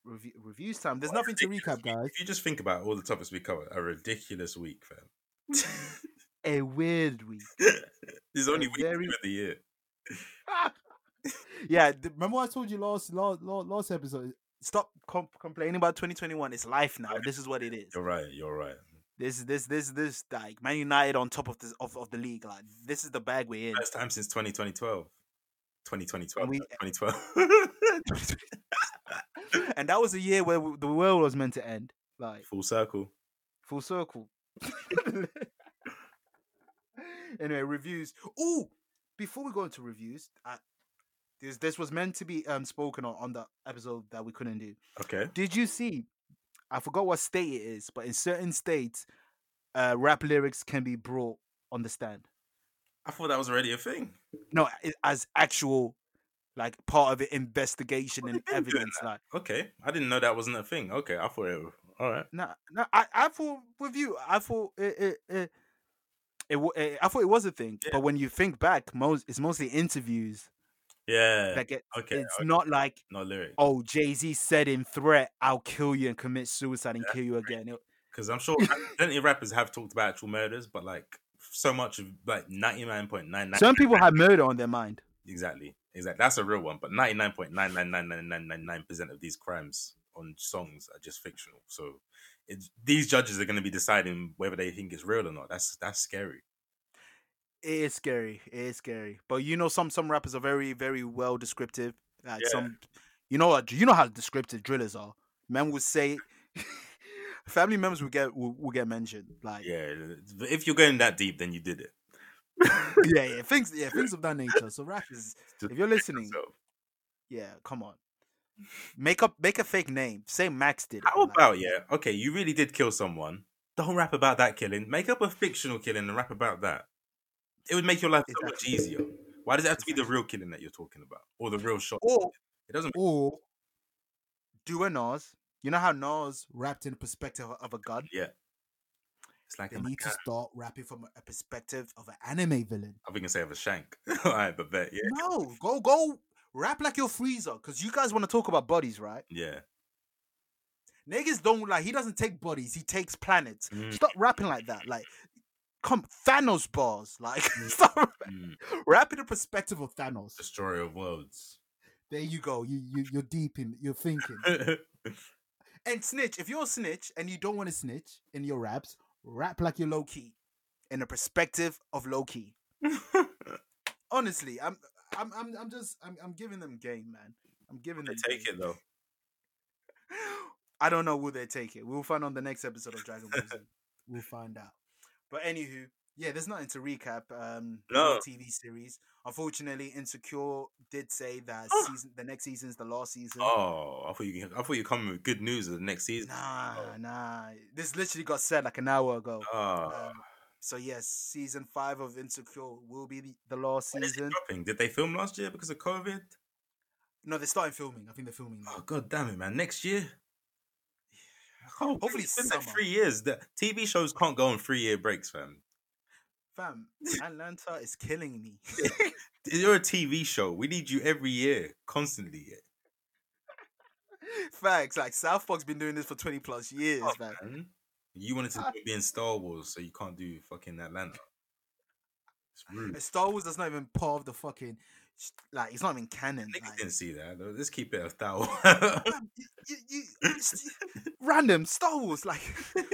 A: Review, reviews time. There's
B: What a
A: nothing to
B: ridiculous
A: recap,
B: week.
A: guys.
B: If you just think about all the topics we covered, a ridiculous week, fam.
A: A weird week.
B: There's only
A: A
B: week
A: very-
B: two of the yeyear.
A: yeah, th- remember I told you last last last, last episode. Stop com- complaining about 2021. It's life now. This is what it is.
B: You're right. You're right.
A: This this this this like Man United on top of this of, of the league. Like this is the bag we're in.
B: First time since 2012. 2012.
A: We-
B: 2012.
A: and that was a year where w- the world was meant to end. Like
B: Full circle.
A: full circle. anyway, reviews. Oh, before we go into reviews, I, this this was meant to be um spoken on on the episode that we couldn't do.
B: Okay.
A: Did you see? I forgot what state it is, but in certain states, uh, rap lyrics can be brought on the stand.
B: I thought that was already a thing.
A: No, a- as actual, like part of the investigation
B: Well,
A: and
B: they've been doing
A: evidence. Like,
B: Okay. I didn't know that wasn't a thing. Okay. I thought it was. All right.
A: no, no, I, I thought with you, I thought it, it, it, it, wa- eh, I thought it was a thing.
B: Yeah.
A: But when you think back, most it's mostly interviews
B: Yeah.
A: that get.
B: okay.
A: it's
B: okay.
A: not like
B: No lyric.
A: oh Jay Z said in threat, "I'll kill you and commit suicide and kill you again." It-
B: Because I'm sure plenty of rappers have talked about actual murders, but like so much of like 99.99.
A: Some people have murder on their mind.
B: Exactly. Exactly. That's a real one. But 99.99999% of these crimes on songs are just fictional. So it's, these judges are going to be deciding whether they think it's real or not. That's that's scary.
A: It is scary. It is scary. But you know, some some rappers are very very well descriptive. Like
B: Yeah.
A: some, you know, what- you know how descriptive drillers are. Men will say, family members will get will, will get mentioned. Like yeah.
B: Yeah. If you're going that deep, then you did it.
A: yeah, things yeah things of that nature. So rap is
B: Just
A: if you're listening,
B: So,
A: yeah, come on, make up make a fake name. Say Max did. It.
B: how
A: like,
B: about, yeah, okay, you really did kill someone. Don't rap about that killing. Make up a fictional killing and rap about that. It would make your life so much
A: Exactly.
B: easier. Why does it have to be the real killing that you're talking about or the real shot?
A: Or
B: It doesn't
A: or do a Nas. You know how Nas rapped in the perspective of a gun.
B: It's like
A: They
B: oh my
A: need to
B: God,
A: start rapping from a perspective of an anime villain.
B: I think I say have a shank. All right, but bet yeah,
A: No, go go rap like your freezer, cause you guys want to talk about bodies, right?
B: yeah.
A: Niggas don't like he doesn't take bodies, he takes planets.
B: Mm,
A: Stop rapping like that. Like come Thanos bars. Like stop
B: mm.
A: rap in the perspective of Thanos.
B: Destroyer of worlds.
A: There you go. You you you're deep in you're thinking. And snitch, if you're a snitch and you don't want to snitch in your raps, rap like you're low key. In the perspective of low key.
B: they
A: Honestly, I'm I'm I'm I'm just I'm I'm giving them game, man. I'm giving them game.
B: take it though.
A: I don't know will they take it. We'll find on the next episode of Dragon Ball Z. we'll find out. But anywho, yeah, there's nothing to recap. Um,
B: No.
A: the TV series. Unfortunately, Insecure did say that
B: Oh.
A: season, the next season's the last season.
B: Oh, I thought you. I thought you were coming with good news of the next season.
A: Nah,
B: Oh.
A: nah. This literally got said like an hour ago.
B: Oh.
A: Um, so yes, season five of Insecure will be the, the last
B: When is it
A: season.
B: dropping? Did they film last year because of COVID?
A: No, they're starting filming. I think they're filming. now.
B: Oh god damn it, man! Next year. Oh,
A: Hopefully
B: it's been like
A: summer.
B: three years. The TV shows can't go on three year breaks, fam.
A: Fam, Atlanta is killing me.
B: You're a TV show. We need you every year, constantly.
A: Facts, like South Park's been doing this for twenty plus years,
B: Oh,
A: man.
B: man. You wanted to be in Star Wars, so you can't do fucking Atlanta. It's rude.
A: And Star Wars that's not even part of the fucking sh- like it's not even canon.
B: Niggas
A: Like,
B: didn't see that. though. Let's keep it a thousand.
A: fam, you, you, you, it's- random Star Wars like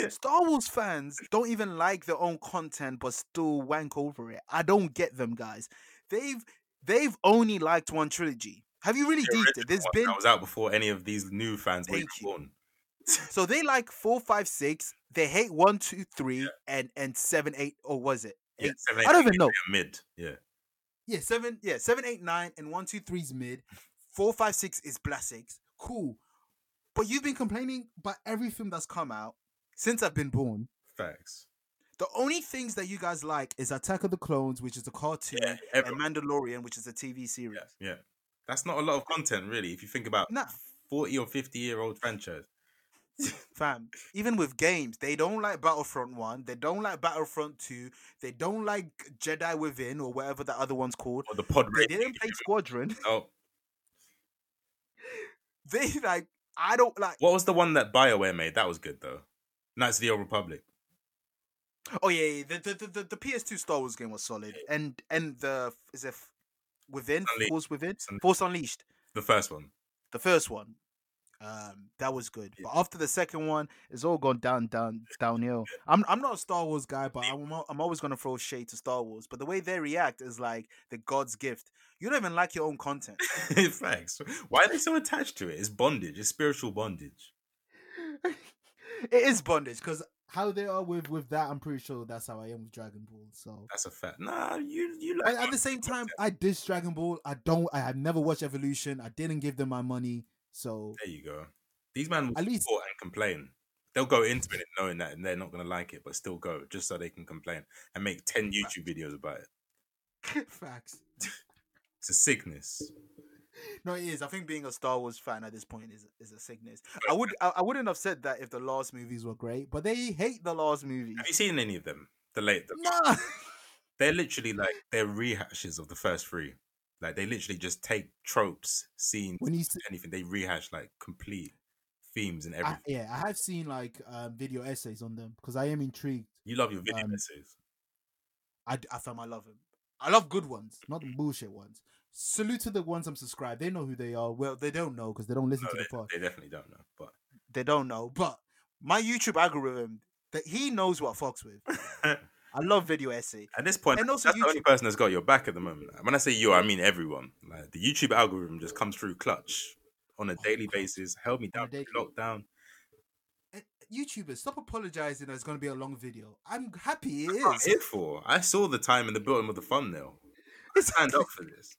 A: Star Wars fans don't even like their own content but still wank over it. I don't get them guys. They've they've only liked one trilogy. Have you really
B: The
A: deeped it?
B: original
A: There's
B: one
A: been
B: that was out before any of these new fans were even
A: Thank you.
B: born.
A: so they like four, five, six. They hate one, two, three, and and seven, eight, or was it?
B: Yeah,
A: Eight.
B: seven, eight,
A: I don't
B: nine,
A: even know.
B: they're Mid, yeah.
A: Yeah, seven. Yeah, seven, eight, nine, and one, two, three is mid. Four, five, six is blessings. Cool. But you've been complaining about every film that's come out since I've been born.
B: Facts.
A: The only things that you guys like is Attack of the Clones, which is a cartoon,
B: Yeah,
A: and
B: everyone.
A: Mandalorian, which is a TV series.
B: Yeah, yeah. That's not a lot of content, really, if you think about
A: Nah.
B: 40 or 50 year old franchise.
A: Fam, even with games, they don't like Battlefront 1, they don't like Battlefront 2, they don't like Jedi Within or whatever the other one's called.
B: Or the pod
A: They
B: race.
A: didn't play Squadron.
B: Oh,
A: They like, I don't like,
B: what was the one that BioWare made? That was good, though. Knights of the Old Republic.
A: oh yeah, yeah, the, the, the, the, the PS2 Star Wars game was solid. And and the, is it F- Within?
B: Unleashed.
A: Force Within?
B: Unleashed.
A: Force Unleashed,
B: The first one.
A: the first one. Um, that was good, but after the second one, it's all gone down, down, downhill. I'm, I'm not a Star Wars guy, but I'm, al- I'm always gonna throw shade to Star Wars. But the way they react is like the God's gift. You don't even like your own content.
B: Facts. Why are they so attached to it? It's bondage. It's spiritual bondage.
A: it is bondage because how they are with with that i'm pretty sure that's how i am with dragon ball so
B: That's a fact. Nah, you you
A: and
B: like
A: at the same time i dish dragon ball i don't i have never watched evolution i didn't give them my money so
B: There you go. These men will
A: At least-
B: support and complain. They'll go into it knowing that they're not going to like it, but still go just so they can complain and make 10 YouTube videos about it.
A: facts
B: It's a sickness.
A: no it is i think being a star wars fan at this point is is a sickness i would i, I wouldn't have said that if the last movies were great but they hate the last movies
B: Have you seen any of them? The late, the,
A: nah
B: they're literally like they're rehashes of the first three. Like they literally just take tropes, scenes,
C: when you see,
B: anything. They rehash like complete themes and
C: I,
B: everything.
C: yeah, I have seen like um, video essays on them because I am intrigued.
B: you love your video
C: um,
B: essays.
A: I, d- I found I love him. I love good ones.
C: Not the bullshit ones. Salute to the ones I'm subscribed. They know who they are. Well, they don't know because they don't listen
B: No,
C: to
B: they,
C: the pod.
B: they definitely don't know, but
A: They don't know, but my YouTube algorithm that he knows what fucks with. I love video essay.
B: At this point,
A: And also
B: that's the only
A: YouTube.
B: person that's got your back at the moment. When I say you, I mean everyone. Like the YouTube algorithm just comes through clutch on a daily basis. Held me
C: On a
B: down, through
C: daily-
B: lockdown.
A: YouTubers, stop apologizing. That it's going to be a long video. I'm happy it
B: What am I
A: is.
B: here for? I saw the time in the bottom of the thumbnail. I signed up for this.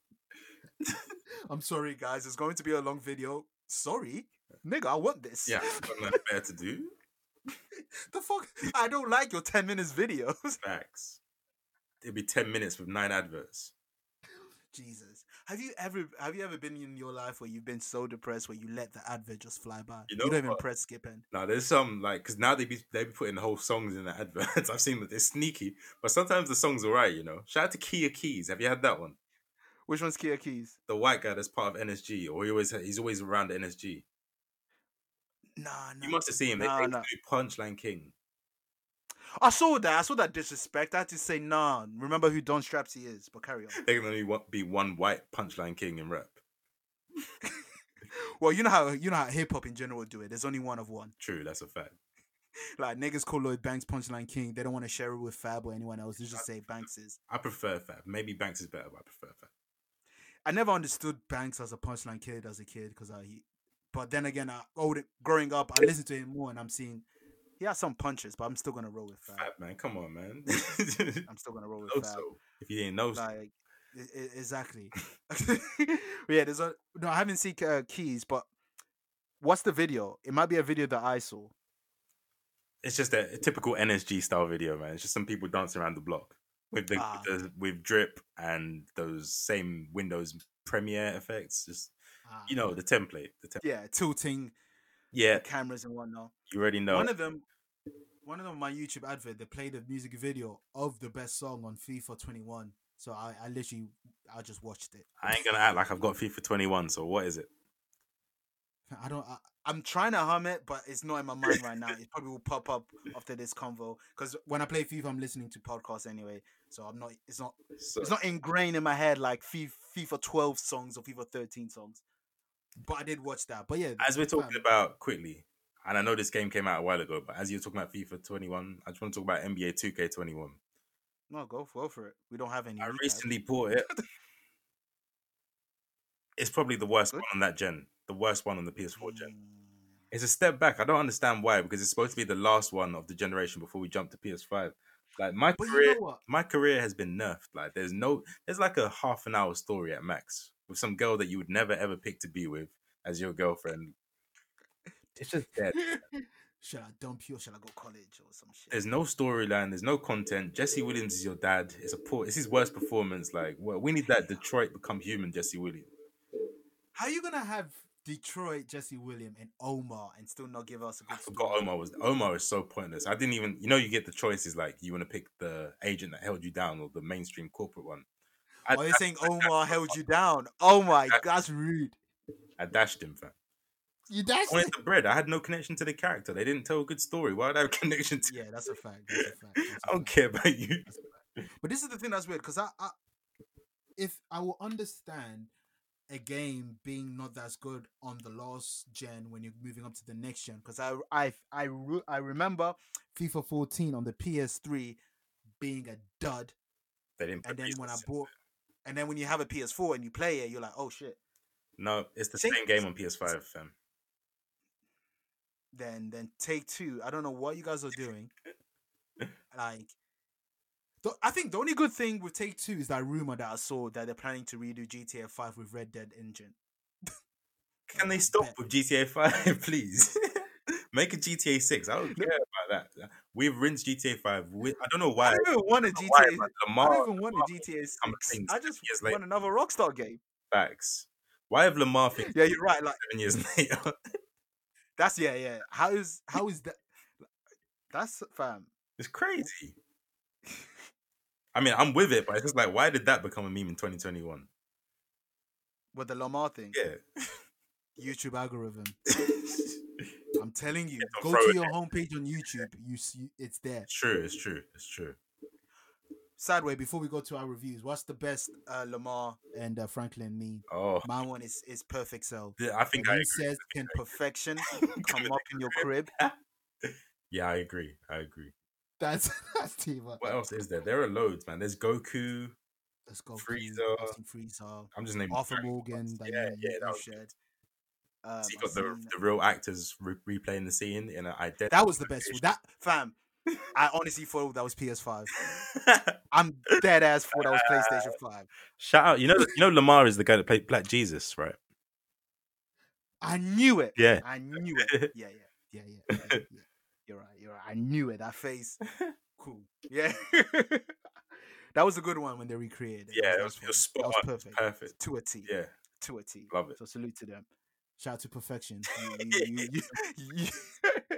A: I'm sorry, guys. It's going to be a long video. Sorry, nigga. I want this.
B: Yeah, I've got nothing better to do.
A: The fuck. I don't like your 10 minutes videos.
B: Facts. It'd be ten minutes with nine adverts.
A: Jesus. Have you ever have you ever been in your life where you've been so depressed where you let the advert just fly by? You,
B: You know
A: don't even
B: what?
A: press skip end.
B: Now there's some like because now they be they be putting whole songs in the adverts. I've seen that they're sneaky, but sometimes the song's alright. You know, shout out to Kia Keys. Have you had that one?
A: Which one's Kia Keys?
B: The white guy that's part of NSG, or he always he's always around NSG.
A: Nah, nah.
B: You must have seen him. They
A: Nah,
B: changed
A: nah.
B: him to Punchline King.
A: I saw that. I saw that disrespect. I had to say, nah. Remember who Don Strapsy is, but carry on.
B: There can only wa- be one white Punchline King in rap.
A: Well, you know how you know how hip hop in general do it. There's only one of one.
B: True, that's a fact.
A: Like niggas call Lloyd Banks Punchline King. They don't want to share it with Fab or anyone else. They just say Banks is.
B: I prefer Fab. Maybe Banks is better, but I prefer Fab.
A: I never understood Banks as a punchline kid as a kid because I. He, but then again, I old growing up, I listened to him more, and I'm seeing he has some punches, but I'm still gonna roll with Fab.
B: Fab, man, come on, man.
A: I'm still gonna roll with Fab.
B: also, if you didn't know, so.
A: Like e- e- exactly. But yeah, there's a no. I haven't seen uh, Keys, but what's the video? It might be a video that I saw.
B: it's just a, a typical NSG style video, man. It's just some people dancing around the block with the,
A: Ah.
B: with, the with drip and those same Windows Premiere effects. Just
A: Ah,
B: you know the template. The template.
A: yeah, tilting
B: Yeah,
A: cameras and whatnot.
B: you already know.
A: One of them, one of them, on my YouTube advert, they played a music video of the best song on FIFA 21. So I, I literally, I just watched it.
B: I ain't gonna act like I've got FIFA 21. So what is it?
A: I don't. I, I'm trying to hum it, but it's not in my mind right now. It probably will pop up after this convo because when I play FIFA, I'm listening to podcasts anyway, so I'm not. It's not.
B: So,
A: It's not ingrained in my head like Fi- FIFA 12 songs or FIFA 13 songs. But I did watch that. But yeah,
B: as we're talking
A: fam,
B: about quickly, and I know this game came out a while ago, but as you're talking about FIFA 21, I just want to talk about NBA 2K 21.
A: no, go for, go for it. We don't have any.
B: I
A: recap.
B: recently bought it. it's probably the worst
D: Good.
B: one on that gen, the worst one on the PS4
A: Mm.
B: gen. It's a step back. I don't understand why because it's supposed to be the last one of the generation before we jump to PS5. Like my
A: But
B: career,
A: you know what?
B: my career has been nerfed. Like there's no, there's like a half an hour story at max with some girl that you would never ever pick to be with as your girlfriend. It's just dead.
A: Shall I dump you or shall I go college or some shit?
B: There's no storyline. There's no content. Jesse Williams is your dad. It's a poor. It's his worst performance. Like well, we need that Detroit become human. Jesse Williams.
A: How you gonna have Detroit, Jesse William, and Omar and still not give us a
B: I
A: good
B: forgot
A: story?
B: Omar was Omar is so pointless. I didn't even you know you get the choices like you want to pick the agent that held you down or the mainstream corporate one. I,
A: Oh,
B: I,
A: you're saying Omar held you down. Oh my, that's rude.
B: I dashed him, fam.
A: You that's
B: I wanted the bread. I had no connection to the character. They didn't tell a good story. Why would I have a connection to?
A: Yeah, that's a fact. That's a fact. That's a
B: I don't
A: fact.
B: care about you.
A: But this is the thing that's weird because I, I, if I will understand a game being not as good on the last gen when you're moving up to the next gen, because I, I, I, re- I remember FIFA 14 on the PS3 being a dud,
B: They didn't.
A: and
B: put
A: then when I
B: reasons.
A: bought, and then when you have a PS4 and you play it, you're like, oh shit.
B: no, it's the
A: See?
B: same game on PS5, fam.
A: Then, then take two. I don't know what you guys are doing. like, the- I think the only good thing with Take Two is that rumor that I saw that they're planning to redo GTA 5 with Red Dead Engine.
B: Can they stop
A: Bet.
B: with GTA 5, please? Make a GTA 6. I don't care about that. We've rinsed GTA 5. We, I don't know why.
D: I don't even want a
B: I don't know why,
D: GTA.
B: but
D: I
B: Lamar
D: don't even want
B: Lamar
D: a GTA
B: become a
D: 6.
B: thing
D: I
B: seven
D: just
B: years later.
D: want another Rockstar game.
B: Facts. Why have Lamar things
D: Yeah, you're right. Like
B: seven years later?
D: that's yeah, yeah. How is
A: How is that?
D: that's fam?
B: It's crazy. I mean, I'm with it, but it's just like, why did that become a meme in 2021?
D: With the Lamar thing,
B: Yeah.
A: YouTube algorithm.
B: it's
A: I'm telling you,
B: don't
A: go
B: throw
A: to
B: it
A: your homepage on YouTube. You see, it's there.
B: true. It's true. It's true.
A: Sideway. Before we go to our reviews, what's the best uh, Lamar and uh, Franklin meme?
B: Oh,
A: My one is is perfect self.
B: th- I think I
A: When
B: agree.
A: he says, "Can perfection come
B: with
D: up
A: up in your crib?"
B: Yeah, I agree. I agree.
A: That's that's Tiva.
B: What else is there? There are loads, man. There's Goku.
A: Let's go.
B: Freezer.
A: Freezer.
B: I'm just naming.
A: Arthur
B: various
A: Morgan.
B: ones.
A: That
B: Yeah,
A: you,
B: yeah.
A: you
B: That, was,
A: shared. Um,
B: you
A: I've
B: got the,
A: seen-
B: the real actors re- replaying the scene in an identity.
A: that was the best one. That fam. I honestly thought that was PS5. I'm dead ass thought that was PlayStation 5.
B: Shout out! You know, you know, Lamar is the guy that played Black Jesus, right?
A: I knew it.
B: Yeah.
A: I knew it. Yeah, yeah, yeah, yeah. yeah, yeah. You're right. You're right. I knew it. That face. Cool. Yeah. that was a good one when they recreated it.
B: Yeah,
A: That
B: it was- it was
A: fun.
B: spot
A: That was perfect.
B: Perfect.
A: To a T.
B: Yeah,
A: To a T.
B: love it.
A: So salute to them. Shout out to perfection. You, you, you, you, you,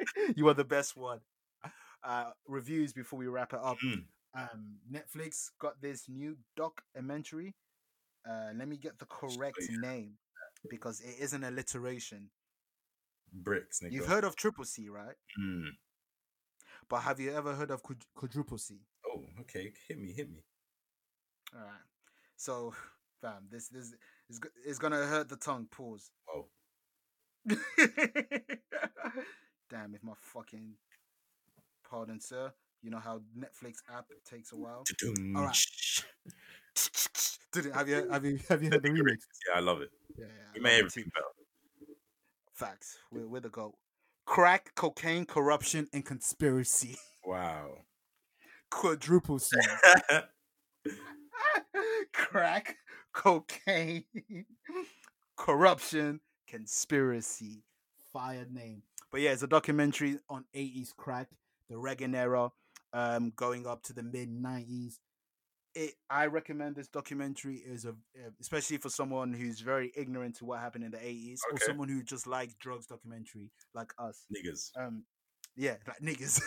A: you are the best one. Uh, reviews before we wrap it up.
B: Mm.
A: Um, Netflix got this new documentary. Uh, let me get the correct
B: yeah.
A: name because it is an alliteration.
B: Bricks, nigga.
A: You've heard of Triple C, right?
B: Mm.
A: But have you ever heard of quad- Quadruple C?
B: Oh, okay. Hit me, hit me.
A: All right. So, fam, this this is go- is gonna hurt the tongue. Pause.
B: Oh,
A: Damn, if my fucking pardon, sir. You know how Netflix app takes a while.
B: All
A: Alright. Didn't have you have you have you heard the remix?
B: Yeah, I love it.
A: Yeah,
B: We
A: yeah.
B: made
A: too.
B: everything better.
A: Facts. We're, we're the goat. Crack, cocaine, corruption, and conspiracy.
B: Wow.
A: Quadruple C. crack, cocaine, corruption, conspiracy. Fire name. But yeah, it's a documentary on 80s crack, the Reagan era, um, going up to the mid 90s. It, I recommend this documentary is a uh, especially for someone who's very ignorant to what happened in the 80s or
B: Okay.
A: someone who just likes drugs documentary like us
B: Niggas.
A: um yeah like niggas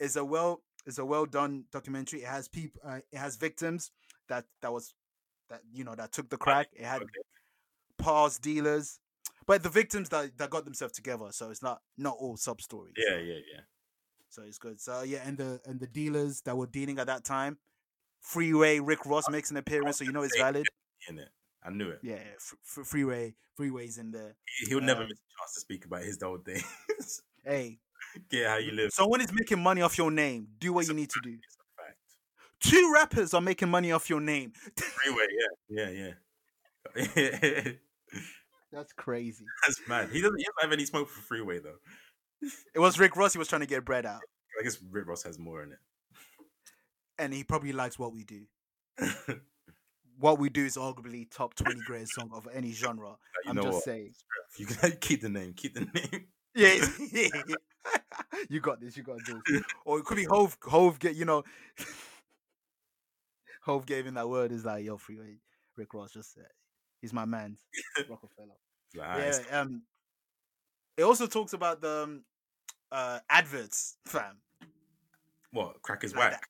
A: it's a well it's a well done documentary it has people uh, it has victims that that was that you know that took the crack it had
B: Okay.
A: past dealers but the victims that that got themselves together so it's not not all sub stories
B: Yeah, yeah, yeah.
A: so it's good so yeah and the and the dealers that were dealing at that time freeway rick ross
B: Uh,
A: makes an appearance so you know it's
B: say-
A: valid
B: In it. I knew it.
A: yeah f- f- freeway freeways in there
B: He- He'll never
A: Um,
B: miss a chance to speak about his old days.
A: hey
B: Get how you live.
A: someone is making money off your name do what
B: It's
A: you
B: a
A: need to do
B: It's a fact.
A: two rappers are making money off your name
B: Freeway, yeah, yeah, yeah.
A: That's crazy.
B: That's mad. He doesn't, he doesn't have any smoke for freeway though.
A: It was Rick Ross. He was trying to get bread out,
B: I guess Rick Ross has more in
A: and he probably likes what we do.
B: it. Like,
A: What we do is arguably top twenty greatest song of any genre.
B: you
A: I'm
B: know
A: just
B: what?
A: saying.
B: You can keep the name. Keep the name.
A: Yeah, you got this. You got this. Or it could be Hove. Hove get you know. Hove gave him that word. Is like yo, freeway. Rick Ross just said, he's my man, Rockefeller.
B: Like, ah,
A: Yeah.
B: it's-
A: Um. It also talks about the um, uh adverts, fam.
B: What? Crack is
A: like
B: whack.
A: that.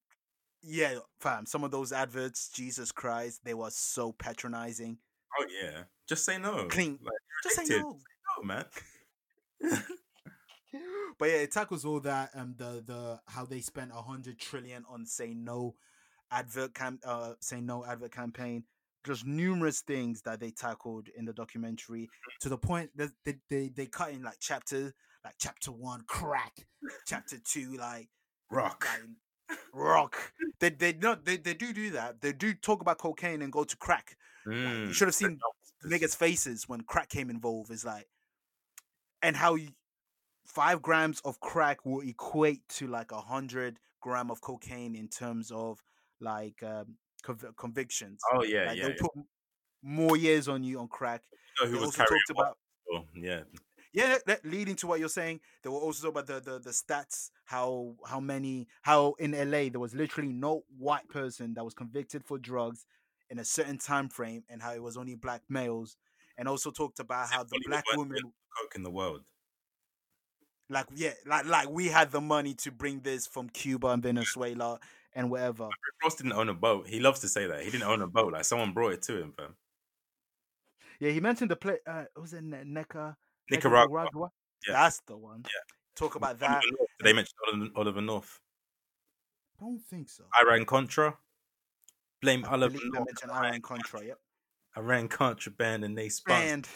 A: Yeah, fam. Some of those adverts, Jesus Christ, they were so patronizing.
B: Oh yeah. Just say no.
A: Clean.
B: Like,
A: Just say
B: addicted.
A: no.
B: no, man.
C: But yeah, it tackles all that um the the how they spent a hundred trillion on say no
A: Advert cam uh say no advert campaign. Just numerous things that they tackled in the documentary to the point that they, they, they cut in like chapter like chapter one crack, chapter two like
B: Rock.
A: like rock. They they not they, they do do that. They do talk about cocaine and go to crack. Like,
B: Mm.
A: you should have seen
B: This-
A: niggas' faces when crack came involved is like, and how you, five grams of crack will equate to like a hundred gram of cocaine in terms of like um, conv- convictions.
B: Oh yeah,
A: like
B: yeah.
A: they'll put more years on you on crack.
B: You know
A: They
B: who was
A: also
B: carrying
A: talked about
B: what? Yeah.
A: yeah, that, leading to what you're saying. They were also talking about the, the the stats how how many how in LA there was literally no white person that was convicted for drugs in a certain time frame, and how it was only black males. And also talked about how the
B: Everybody was
A: black
B: working
A: women
B: Coke in the world.
A: like yeah like like we had the money to bring this from cuba and venezuela and wherever
B: Rick Ross didn't own a boat. He loves to say that. He didn't own a boat. Like someone brought it to him, fam.
A: yeah he mentioned the play uh what was it Ne- neca
B: Nicaragua. yeah.
A: that's the one talk about that
B: Oliver North. Did they mention Oliver, Oliver North?
C: I don't think so.
B: Iran Contra. Blame
A: I
B: Oliver
A: believe they
B: North.
A: mentioned Iran Contra, yep.
B: Iran Contra band and they spun.
A: And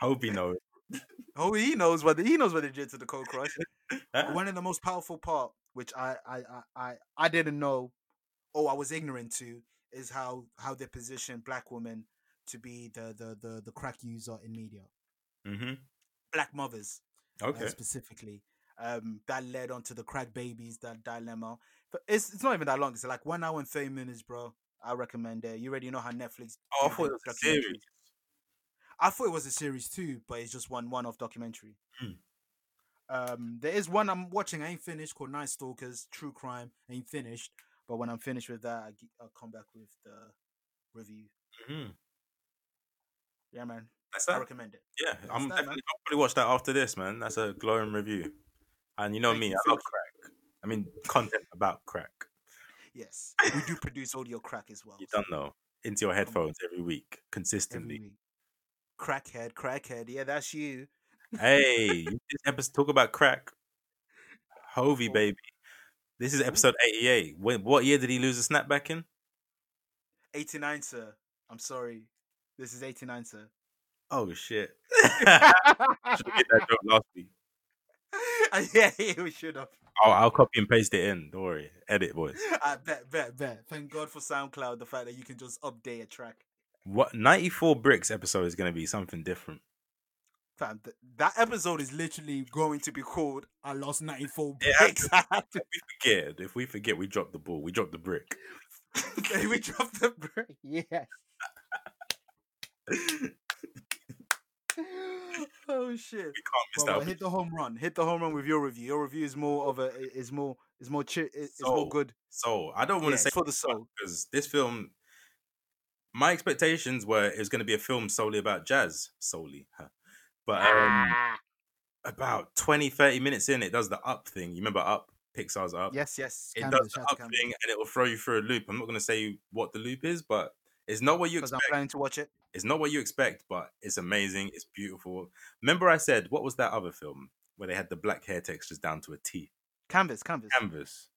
B: Hope you know it.
A: oh, he knows what he knows what they did to the Cold Crush.
B: Huh?
A: One of the most powerful part, which I I I I, I didn't know, or I was ignorant to, is how how they position black women to be the the the, the crack user in media,
B: Mhm.
A: black mothers. uh,
B: Okay.
A: specifically um, that led on to the crack babies that dilemma. But it's it's not even that long. It's like one hour and thirty minutes, bro. I recommend it. You already know how Netflix.
B: Oh, I
A: do
B: thought
A: their
B: it was a
A: documentaries.
B: series.
A: I thought it was a series too, but it's just one one-off documentary.
B: Hmm.
A: Um, there is one I'm watching. I ain't finished called Night Stalkers, True Crime. I ain't finished, but when I'm finished with that, I g- I'll come back with the review.
B: Mhm.
A: Yeah, man.
B: That's
A: I
B: that.
A: recommend it.
B: Yeah, I'm
A: that, man.
B: definitely. I'll probably watch that after this, man. That's a glowing review. And you know
A: Thank
B: me,
A: you,
B: I love crack. I mean, content about crack.
A: Yes, we do produce audio crack as well.
B: You
A: so-
B: don't know. Into your headphones every week,
A: every
B: consistently.
A: week. Crackhead, crackhead. Yeah, that's you.
B: hey, this episode talk about crack. Hovey,
A: Oh.
B: baby. This is episode 88. When, what year did he lose a snapback in?
A: 89, sir. I'm sorry. This is 89, sir.
B: Oh, shit. Should've get that joke last week.
A: yeah, yeah, we should have.
B: I'll, I'll copy and paste it in. Don't worry. Edit, boys.
A: I bet, bet, bet. Thank God for SoundCloud, the fact that you can just update a track.
B: What 94 Bricks episode is going to be something different.
A: Fam, th- that episode is literally going to be called
C: I lost ninety four.
B: It has to-
A: Exactly.
B: Forget. If we forget, we dropped the ball. We dropped the brick.
A: we dropped the break. Yes. oh shit.
B: Missed
A: Well,
B: out.
A: hit the home run. Hit the home run with your review. Your review is more of a is more is more chi- is
B: Soul.
A: more good.
B: So I don't
A: Yeah,
B: want to
A: it's
B: say
A: for the soul.
B: because this film, my expectations were it was going to be a film solely about jazz, solely, huh. but um, about 20, 30 minutes in, it does the up thing. You remember up? Pixar's up.
A: Yes, yes.
B: oh, it
A: Canvas,
B: does the
A: shout out to
B: up
A: Canvas.
B: thing, and it will throw you through a loop. I'm not going to say what the loop is, but it's not what you
A: because I'm
B: expect.
A: planning to watch it.
B: It's not what you expect, but it's amazing. It's beautiful. Remember, I said what was that other film where they had the black hair textures down to a T?
A: Canvas, canvas.
B: Canvas.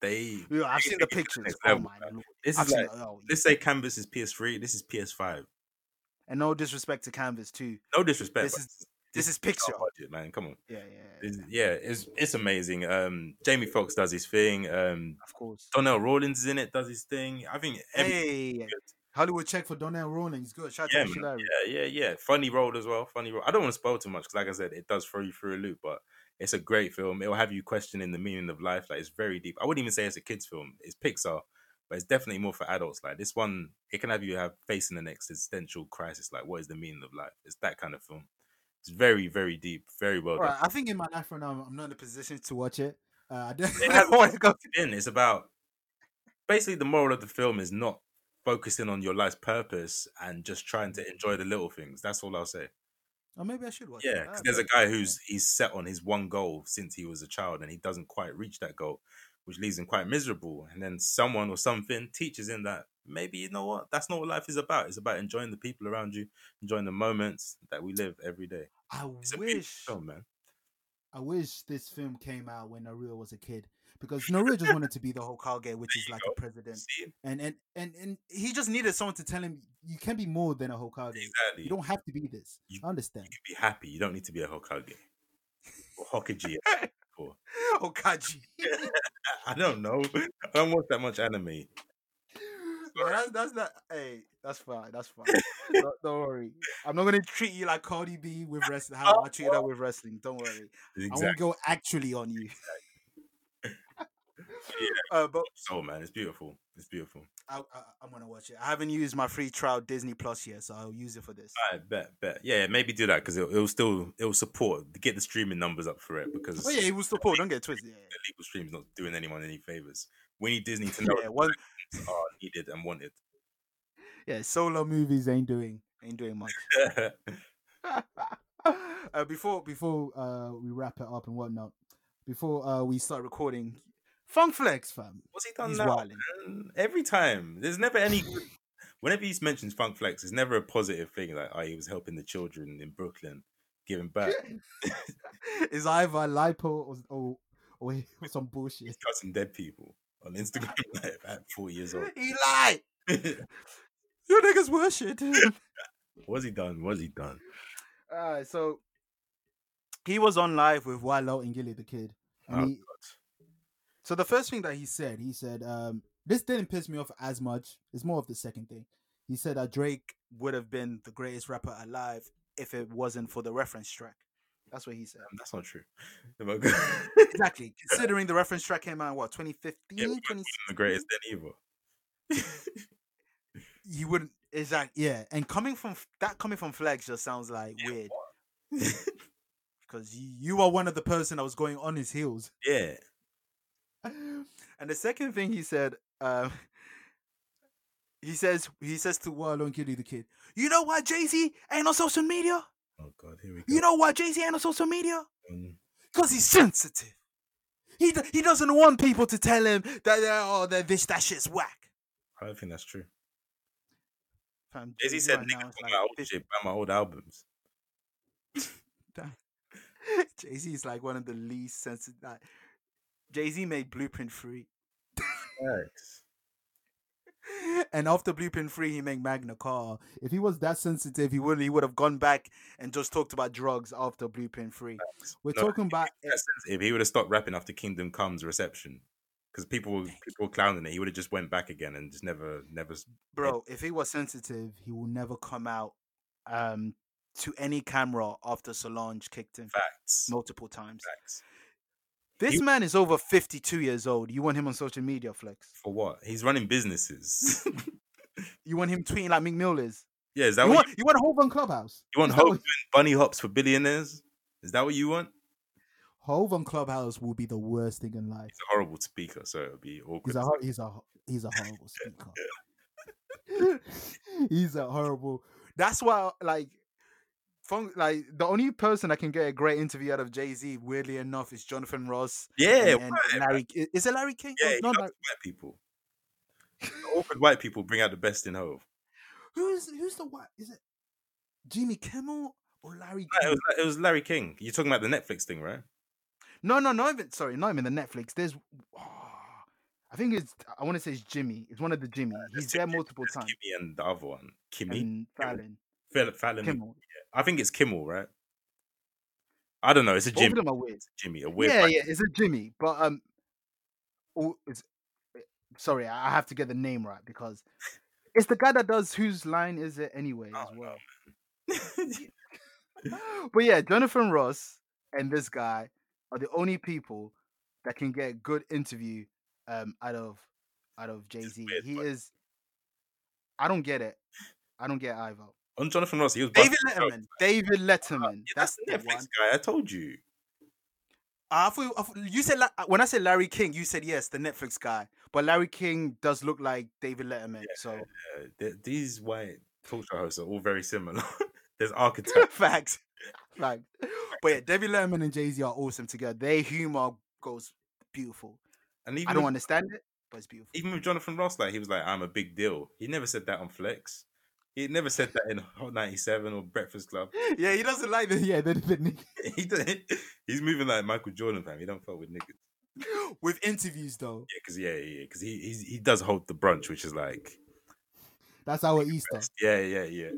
B: They
A: Yeah, I've
B: they
A: seen the
B: take it
A: pictures.
B: to next
A: Oh
B: level,
A: my
B: man.
A: lord!
B: This
A: I've
B: is
A: seen
B: like
A: the- oh, yeah.
B: let's say Canvas is PS3. This is PS5.
A: and no disrespect to Canvas too.
B: No disrespect.
A: This
B: but
A: is this is picture.
B: our budget, man. Come on.
A: Yeah, yeah,
B: This- yeah, it's it's amazing. Um, Jamie Foxx does his thing. Um,
A: of course.
B: Donnell Rawlins is in it. Does his thing. I think every
A: Hey, Hollywood check for Donnell Rowling. He's good. Shout out
B: Yeah,
A: to
B: man.
A: Shilari.
B: Yeah, yeah, yeah. Funny role as well. Funny role. I don't want to spoil too much because, like I said, it does throw you through a loop, but it's a great film. It'll have you questioning the meaning of life. Like, it's very deep. I wouldn't even say it's a kids' film. It's Pixar, but it's definitely more for adults. Like this one, it can have you have facing an existential crisis. Like, what is the meaning of life? It's that kind of film. It's very, very deep. Very well
A: All
B: done.
A: right, I think in my life right now, I'm not in a position to watch it. Uh, I don't
B: It has-
A: want to go.
B: in. It's about basically the moral of the film is not focusing on your life's purpose and just trying to enjoy the little things. That's all I'll say.
A: Or Oh, maybe I should watch it.
B: Yeah, because
A: Ah,
B: there's a
A: okay.
B: guy who's he's set on his one goal since he was a child, and he doesn't quite reach that goal, which leaves him quite miserable. And then someone or something teaches him that maybe you know what that's not what life is about. It's about enjoying the people around you, enjoying the moments that we live every day.
A: I
B: It's a beautiful
A: wish.
B: film, man.
A: I wish this film came out when Naruto was a kid because Naruto just wanted to be the Hokage, which is
B: you
A: like
B: go.
A: a president,
B: See,
A: and and and and he just needed someone to tell him you can be more than a Hokage.
B: exactly.
A: You don't have to be this.
B: You-
A: I understand.
B: you can be happy. You don't need to be a Hokage or Hokage. or-
A: Hokage.
B: I don't know. I don't watch that much anime.
A: No, that's, that's not. Hey, that's fine. That's fine. don't, don't worry. I'm not gonna treat you like Cardi B with wrestling. How I treated her with wrestling. Don't worry. I won't
B: Exactly.
A: go actually on you. uh, but
B: So man, it's beautiful. It's beautiful.
A: I, I, I'm gonna watch it. I haven't used my free trial Disney Plus yet, so I'll use it for this.
B: I bet, bet. Yeah, yeah, maybe do that because it'll, it'll still it'll support get the streaming numbers up for it because
A: Oh yeah, it will support. Don't get it twisted. Yeah,
B: the legal stream's not doing anyone any favors. We need Disney to
A: yeah.
B: know
A: yeah, one,
B: what are needed and wanted.
A: yeah. Solo movies ain't doing ain't doing much. uh, before before uh, we wrap it up and whatnot, before uh, we start recording, Funk Flex fam,
B: What's he done
A: he's
B: now?
A: wilding.
B: man? Every time, there's never any. good- Whenever he mentions Funk Flex, it's never a positive thing. Like, oh, he was helping the children in Brooklyn, giving back.
A: It's either lipo or or, or some bullshit.
B: He's cutting dead people on Instagram Live at four years old.
A: Eli, your niggas worship.
B: What's he done? What's he done?
A: Alright, so he was on live with Wilo and Gilly the Kid. And
B: Oh,
A: he- so the first thing that he said, he said, um, this didn't piss me off as much. It's more of the second thing. He said that Drake would have been the greatest rapper alive if it wasn't for the reference track. That's what he said.
B: That's not true. Am I good?
A: Exactly. Considering the reference track came out in what, 2015,
B: Yeah, well,
A: 2016?
B: the greatest then either.
A: You wouldn't exactly yeah. And coming from f- that coming from Flex just sounds like
B: Yeah,
A: weird. Because you, you are one of the person that was going on his heels.
B: Yeah.
A: and the second thing he said, um, he says he says to Wale and Gilly the kid, you know why Jay Z ain't on social media?
B: Oh God, here we go.
A: You know why Jay Z ain't on social media?
B: Um,
A: Cause he's sensitive. He d- he doesn't want people to tell him that they're, oh that this that shit's whack.
B: I don't think that's true.
A: Fam,
B: Jay Z
A: Jay-Z
B: said,
A: right
B: "Nigga,
A: now
B: buy
A: is
B: my
A: like
B: old
A: 50
B: shit, buy my old albums."
A: Jay Z is like one of the least sensitive. Like, Jay Z made Blueprint Free,
B: Thanks.
A: and after Blueprint Free, he made Magna Carta. If he was that sensitive, he would he would have gone back and just talked about drugs after Blueprint Free. We're
B: No,
A: talking about
B: That's sensitive. He would have stopped rapping after Kingdom Comes reception, because people were people were clowning it. He would have just went back again and just never, never. s-
A: bro. If he was sensitive, he will never come out um, to any camera after Solange kicked him
B: Facts.
A: multiple times.
B: Facts.
A: This
B: He-
A: man is over fifty-two years old. You want him on social media, Flex?
B: For what? He's running businesses.
A: You want him tweeting like Meek Mill is?
B: yeah, is that
A: You
B: what
A: want, you want Hove on Clubhouse?
B: you, you want?
A: Is that
B: Hope
A: what-
B: doing bunny hops for billionaires? Is that what you want?
A: Hove on Clubhouse will be the worst thing in life.
B: He's a horrible speaker, so it'll be awkward.
A: He's a hor- he's a ho- he's a horrible speaker. he's a horrible. That's why, like, fun, like the only person that can get a great interview out of Jay Z, weirdly enough, is Jonathan Ross.
B: yeah,
A: and, and
B: why,
A: Larry. i- Is it Larry King?
B: Yeah, he
A: no,
B: loves
A: Larry-
B: white people. The awkward white people bring out the best in Hove.
A: who's who's the what? Is it Jimmy Kimmel or Larry?
B: No, It
A: King?
B: was, it was Larry King. You're talking about the Netflix thing, right?
A: No, no, not even. Sorry, not even the Netflix. There's. ah, I think it's. I want to say it's Jimmy. It's one of the
B: Uh,
A: Jimmy. He's there multiple
B: There's
A: times.
B: Kimmy and the other one, Kimmy,
A: And Fallon,
B: Philip Fallon.
A: Kimmel.
B: I think it's Kimmel, right? I don't know. It's a
A: Both of
B: Jimmy.
A: them are weird.
B: Jimmy, a weird.
A: yeah,
B: white-
A: yeah, it's a Jimmy, but um, eh, oh, it's sorry, I I have to get the name right because It's the guy that does whose line is it anyway
B: I
A: as
B: don't know,
A: well.
B: man.
A: but yeah, Jonathan Ross and this guy are the only people that can get good interview um out of out of Jay Z.
B: weird,
A: He
B: but-
A: is. I don't get it. I don't get it either.
B: On Jonathan Ross, he was
A: David
B: busting out.
A: Letterman. David Letterman.
B: Yeah,
A: that's,
B: that's,
A: the
B: the Netflix
A: one.
B: guy. I told you.
A: I thought, I thought- you said La- when I said Larry King, you said yes, the Netflix guy. But Larry King does look like David Letterman. So
B: Uh, th- these white talk show hosts are all very similar. There's architect.
A: facts. Like, but yeah, David Letterman and Jay Z are awesome together. Their humor goes beautiful.
B: And even
A: I don't
B: with-
A: understand it, but it's beautiful.
B: even with Jonathan Ross, like he was like, "I'm a big deal." He never said that on Flex. He never said that in Hot 97 or Breakfast Club.
A: yeah, he doesn't like the yeah the, the nick-
B: he did, he's moving like Michael Jordan, fam. He don't fuck with niggas.
C: with interviews though.
B: Yeah, cause yeah, yeah, because he he's, he does hold the brunch, which is like,
C: That's our Easter.
B: yeah, yeah, yeah.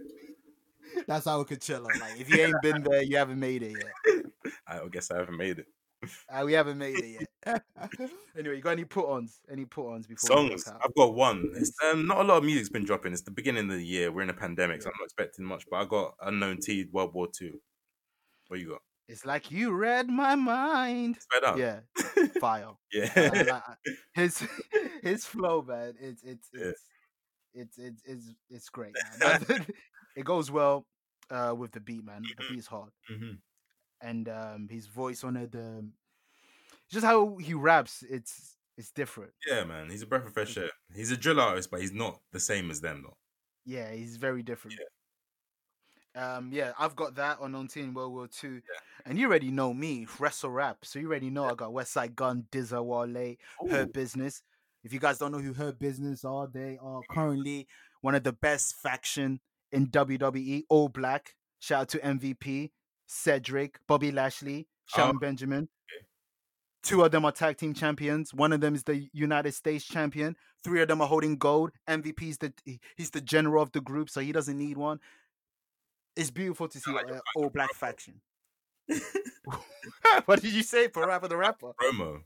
C: That's our Coachella.
A: Like, if you ain't been there, you haven't made it yet.
B: I guess I haven't made it.
A: Uh, we haven't made it yet. anyway, you got any put-ons? Any put-ons before we
B: Songs,
A: clock out?
B: I've got one. It's um, not a lot of music's been dropping. It's the beginning of the year. We're in a pandemic, so I'm not expecting much. But I got Unknown T, World War Two. What you got?
A: It's like you read my mind.
B: Sped up.
A: Yeah, fire.
B: yeah.
A: I- I like- I- his his flow, man. It's it's
B: Yeah.
A: it's it's it's it's, it's great. Man. That- it goes well uh, with the beat, man. The beat's hard,
B: Mhm.
A: and um, his voice on it, um, just how he raps, it's it's different.
B: Yeah, man. He's a breath of
A: Mm-hmm.
B: fresh air. He's a drill artist, but he's not the same as them, though.
A: Yeah, he's very different. Um, yeah, I've got that on 19 World War Two, and you already know me, wrestle rap. So you already know I got West Side Gun, Dizza Wale, her business. If you guys don't know who her business are, they are currently one of the best faction in WWE, all black. Shout out to MVP, Cedric, Bobby Lashley, Shelton Benjamin. Two of them are tag team champions. One of them is the United States champion. Three of them are holding gold. MVP is the he- he's the general of the group, so he doesn't need one. It's beautiful to see
B: like
A: an all black faction. what did you say for rapper the rapper?
B: Promo.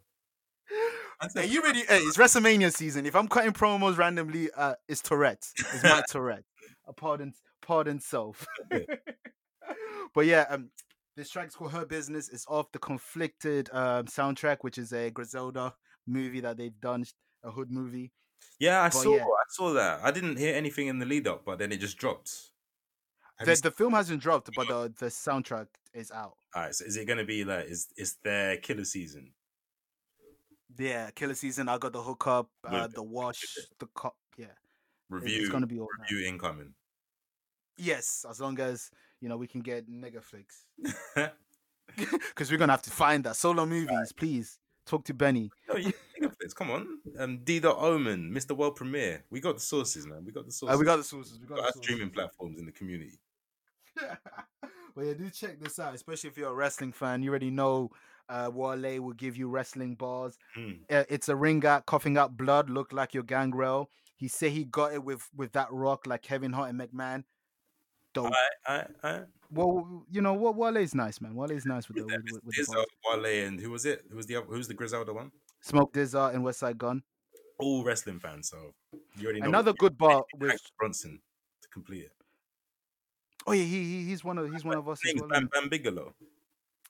B: I
A: Hey,
B: said,
A: you really? Hey, it's WrestleMania season. If I'm cutting promos randomly, uh, it's Tourette. It's my Tourette. Uh, pardon, pardon self. but yeah, um, this track's called Her Business. It's off the Conflicted um, soundtrack, which is a Griselda movie that they've done, sh- a hood movie.
B: yeah, I
A: But
B: saw.
A: yeah.
B: I saw that. I didn't hear anything in the lead up, but then it just drops. Have you
A: The,
B: seen-
A: the film hasn't dropped, but the the soundtrack is out.
B: All right, so is it gonna be like is is their killer season?
A: Yeah, Killer Season. I got the hookup,
B: With
A: uh,
B: it.
A: the wash, the cop. Yeah, it-
B: Review
A: it's gonna be all. that.
B: review incoming.
A: Yes, as long as you know we can get nigger flicks. because we're gonna have to find that solo movies. Please talk to Benny.
B: No, you Oh, think of this. Come on, um, D. Dot Omen, Mr. World Premiere. We got the sources, man. We got the
A: Uh,
B: sources.
A: we got the sources. We
B: We
A: got,
B: got
A: the
B: our
A: sources.
B: streaming platforms in the community.
A: but yeah, do check this out, especially if you're a wrestling fan. You already know uh, Wale will give you wrestling bars.
B: Mm.
A: Uh, it's a ring out, coughing up blood. Look like your gangrel. He said he got it with with that rock, like Kevin Hart and McMahon. Dope.
B: I, I, I,
A: well, you know what? Wale's nice, man. Wale's nice with the, with, with, with the
B: Dizzo,
A: bars.
B: Wale, and who was it? Who was the other? Who's the Griselda one?
A: Smoke Dizzard and West Side Gun.
B: All wrestling fans, so you already know.
A: Another good bar
B: with
A: with.
B: Bronson to complete it.
A: Oh yeah, he, he he's one of he's one of us.
B: His
A: As
B: name's
A: well,
B: Bam Bam Bigelow.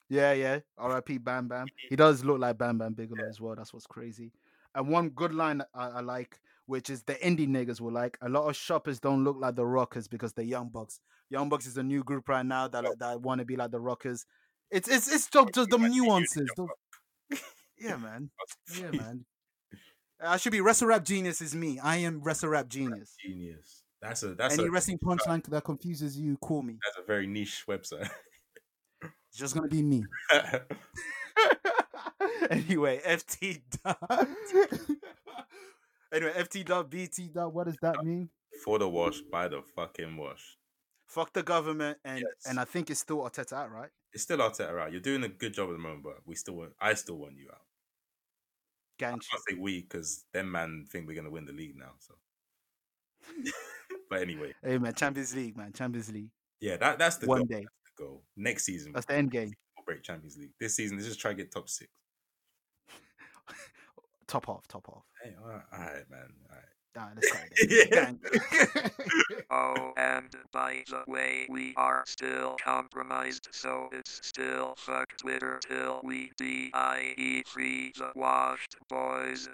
A: Yeah, yeah. R.I.P. Bam Bam. He does look like Bam Bam Bigelow as well. That's what's crazy. And one good line that I, I like, which is the indie niggas will like. A lot of shoppers don't look like the Rockers because they're Young Bucks. Young Bucks is a new group right now that like, that want to be like the Rockers. It's it's it's just, just the
B: like the union
A: nuances.
B: Young
A: the- yeah, man. Yeah, man. I should be Wrestle Rap Genius is me. I am Wrestle Rap Genius.
B: Genius. That's a that's a,
A: Any wrestling punchline that confuses you, call me.
B: that's a very niche website.
A: It's just gonna be me. anyway, FT dot. anyway, FT dot BT dot. What does that mean?
B: For the wash, by the fucking wash.
A: Fuck the government and
B: Yes.
A: and I think it's still Arteta out, right?
B: It's still Arteta out. You're doing a good job at the moment, but we still want. I still want you out.
A: Gang
B: I can't say we because them man think we're gonna win the league now. So, but anyway,
A: shit. Hey man, Champions League, man, Champions League.
B: yeah, that that's the
A: One
B: goal.
A: day,
B: That's the goal. Next season
A: that's the end game.
B: we'll break Champions League. This season, let's just try to get top six.
A: Top off, top off.
B: Hey, all right, all right man. All right.
C: Ah, let's cut it.
B: Yeah.
C: then. Gang.
E: Oh, and by the way, we are still compromised, so it's still fuck Twitter till we DIE free the E washed boys.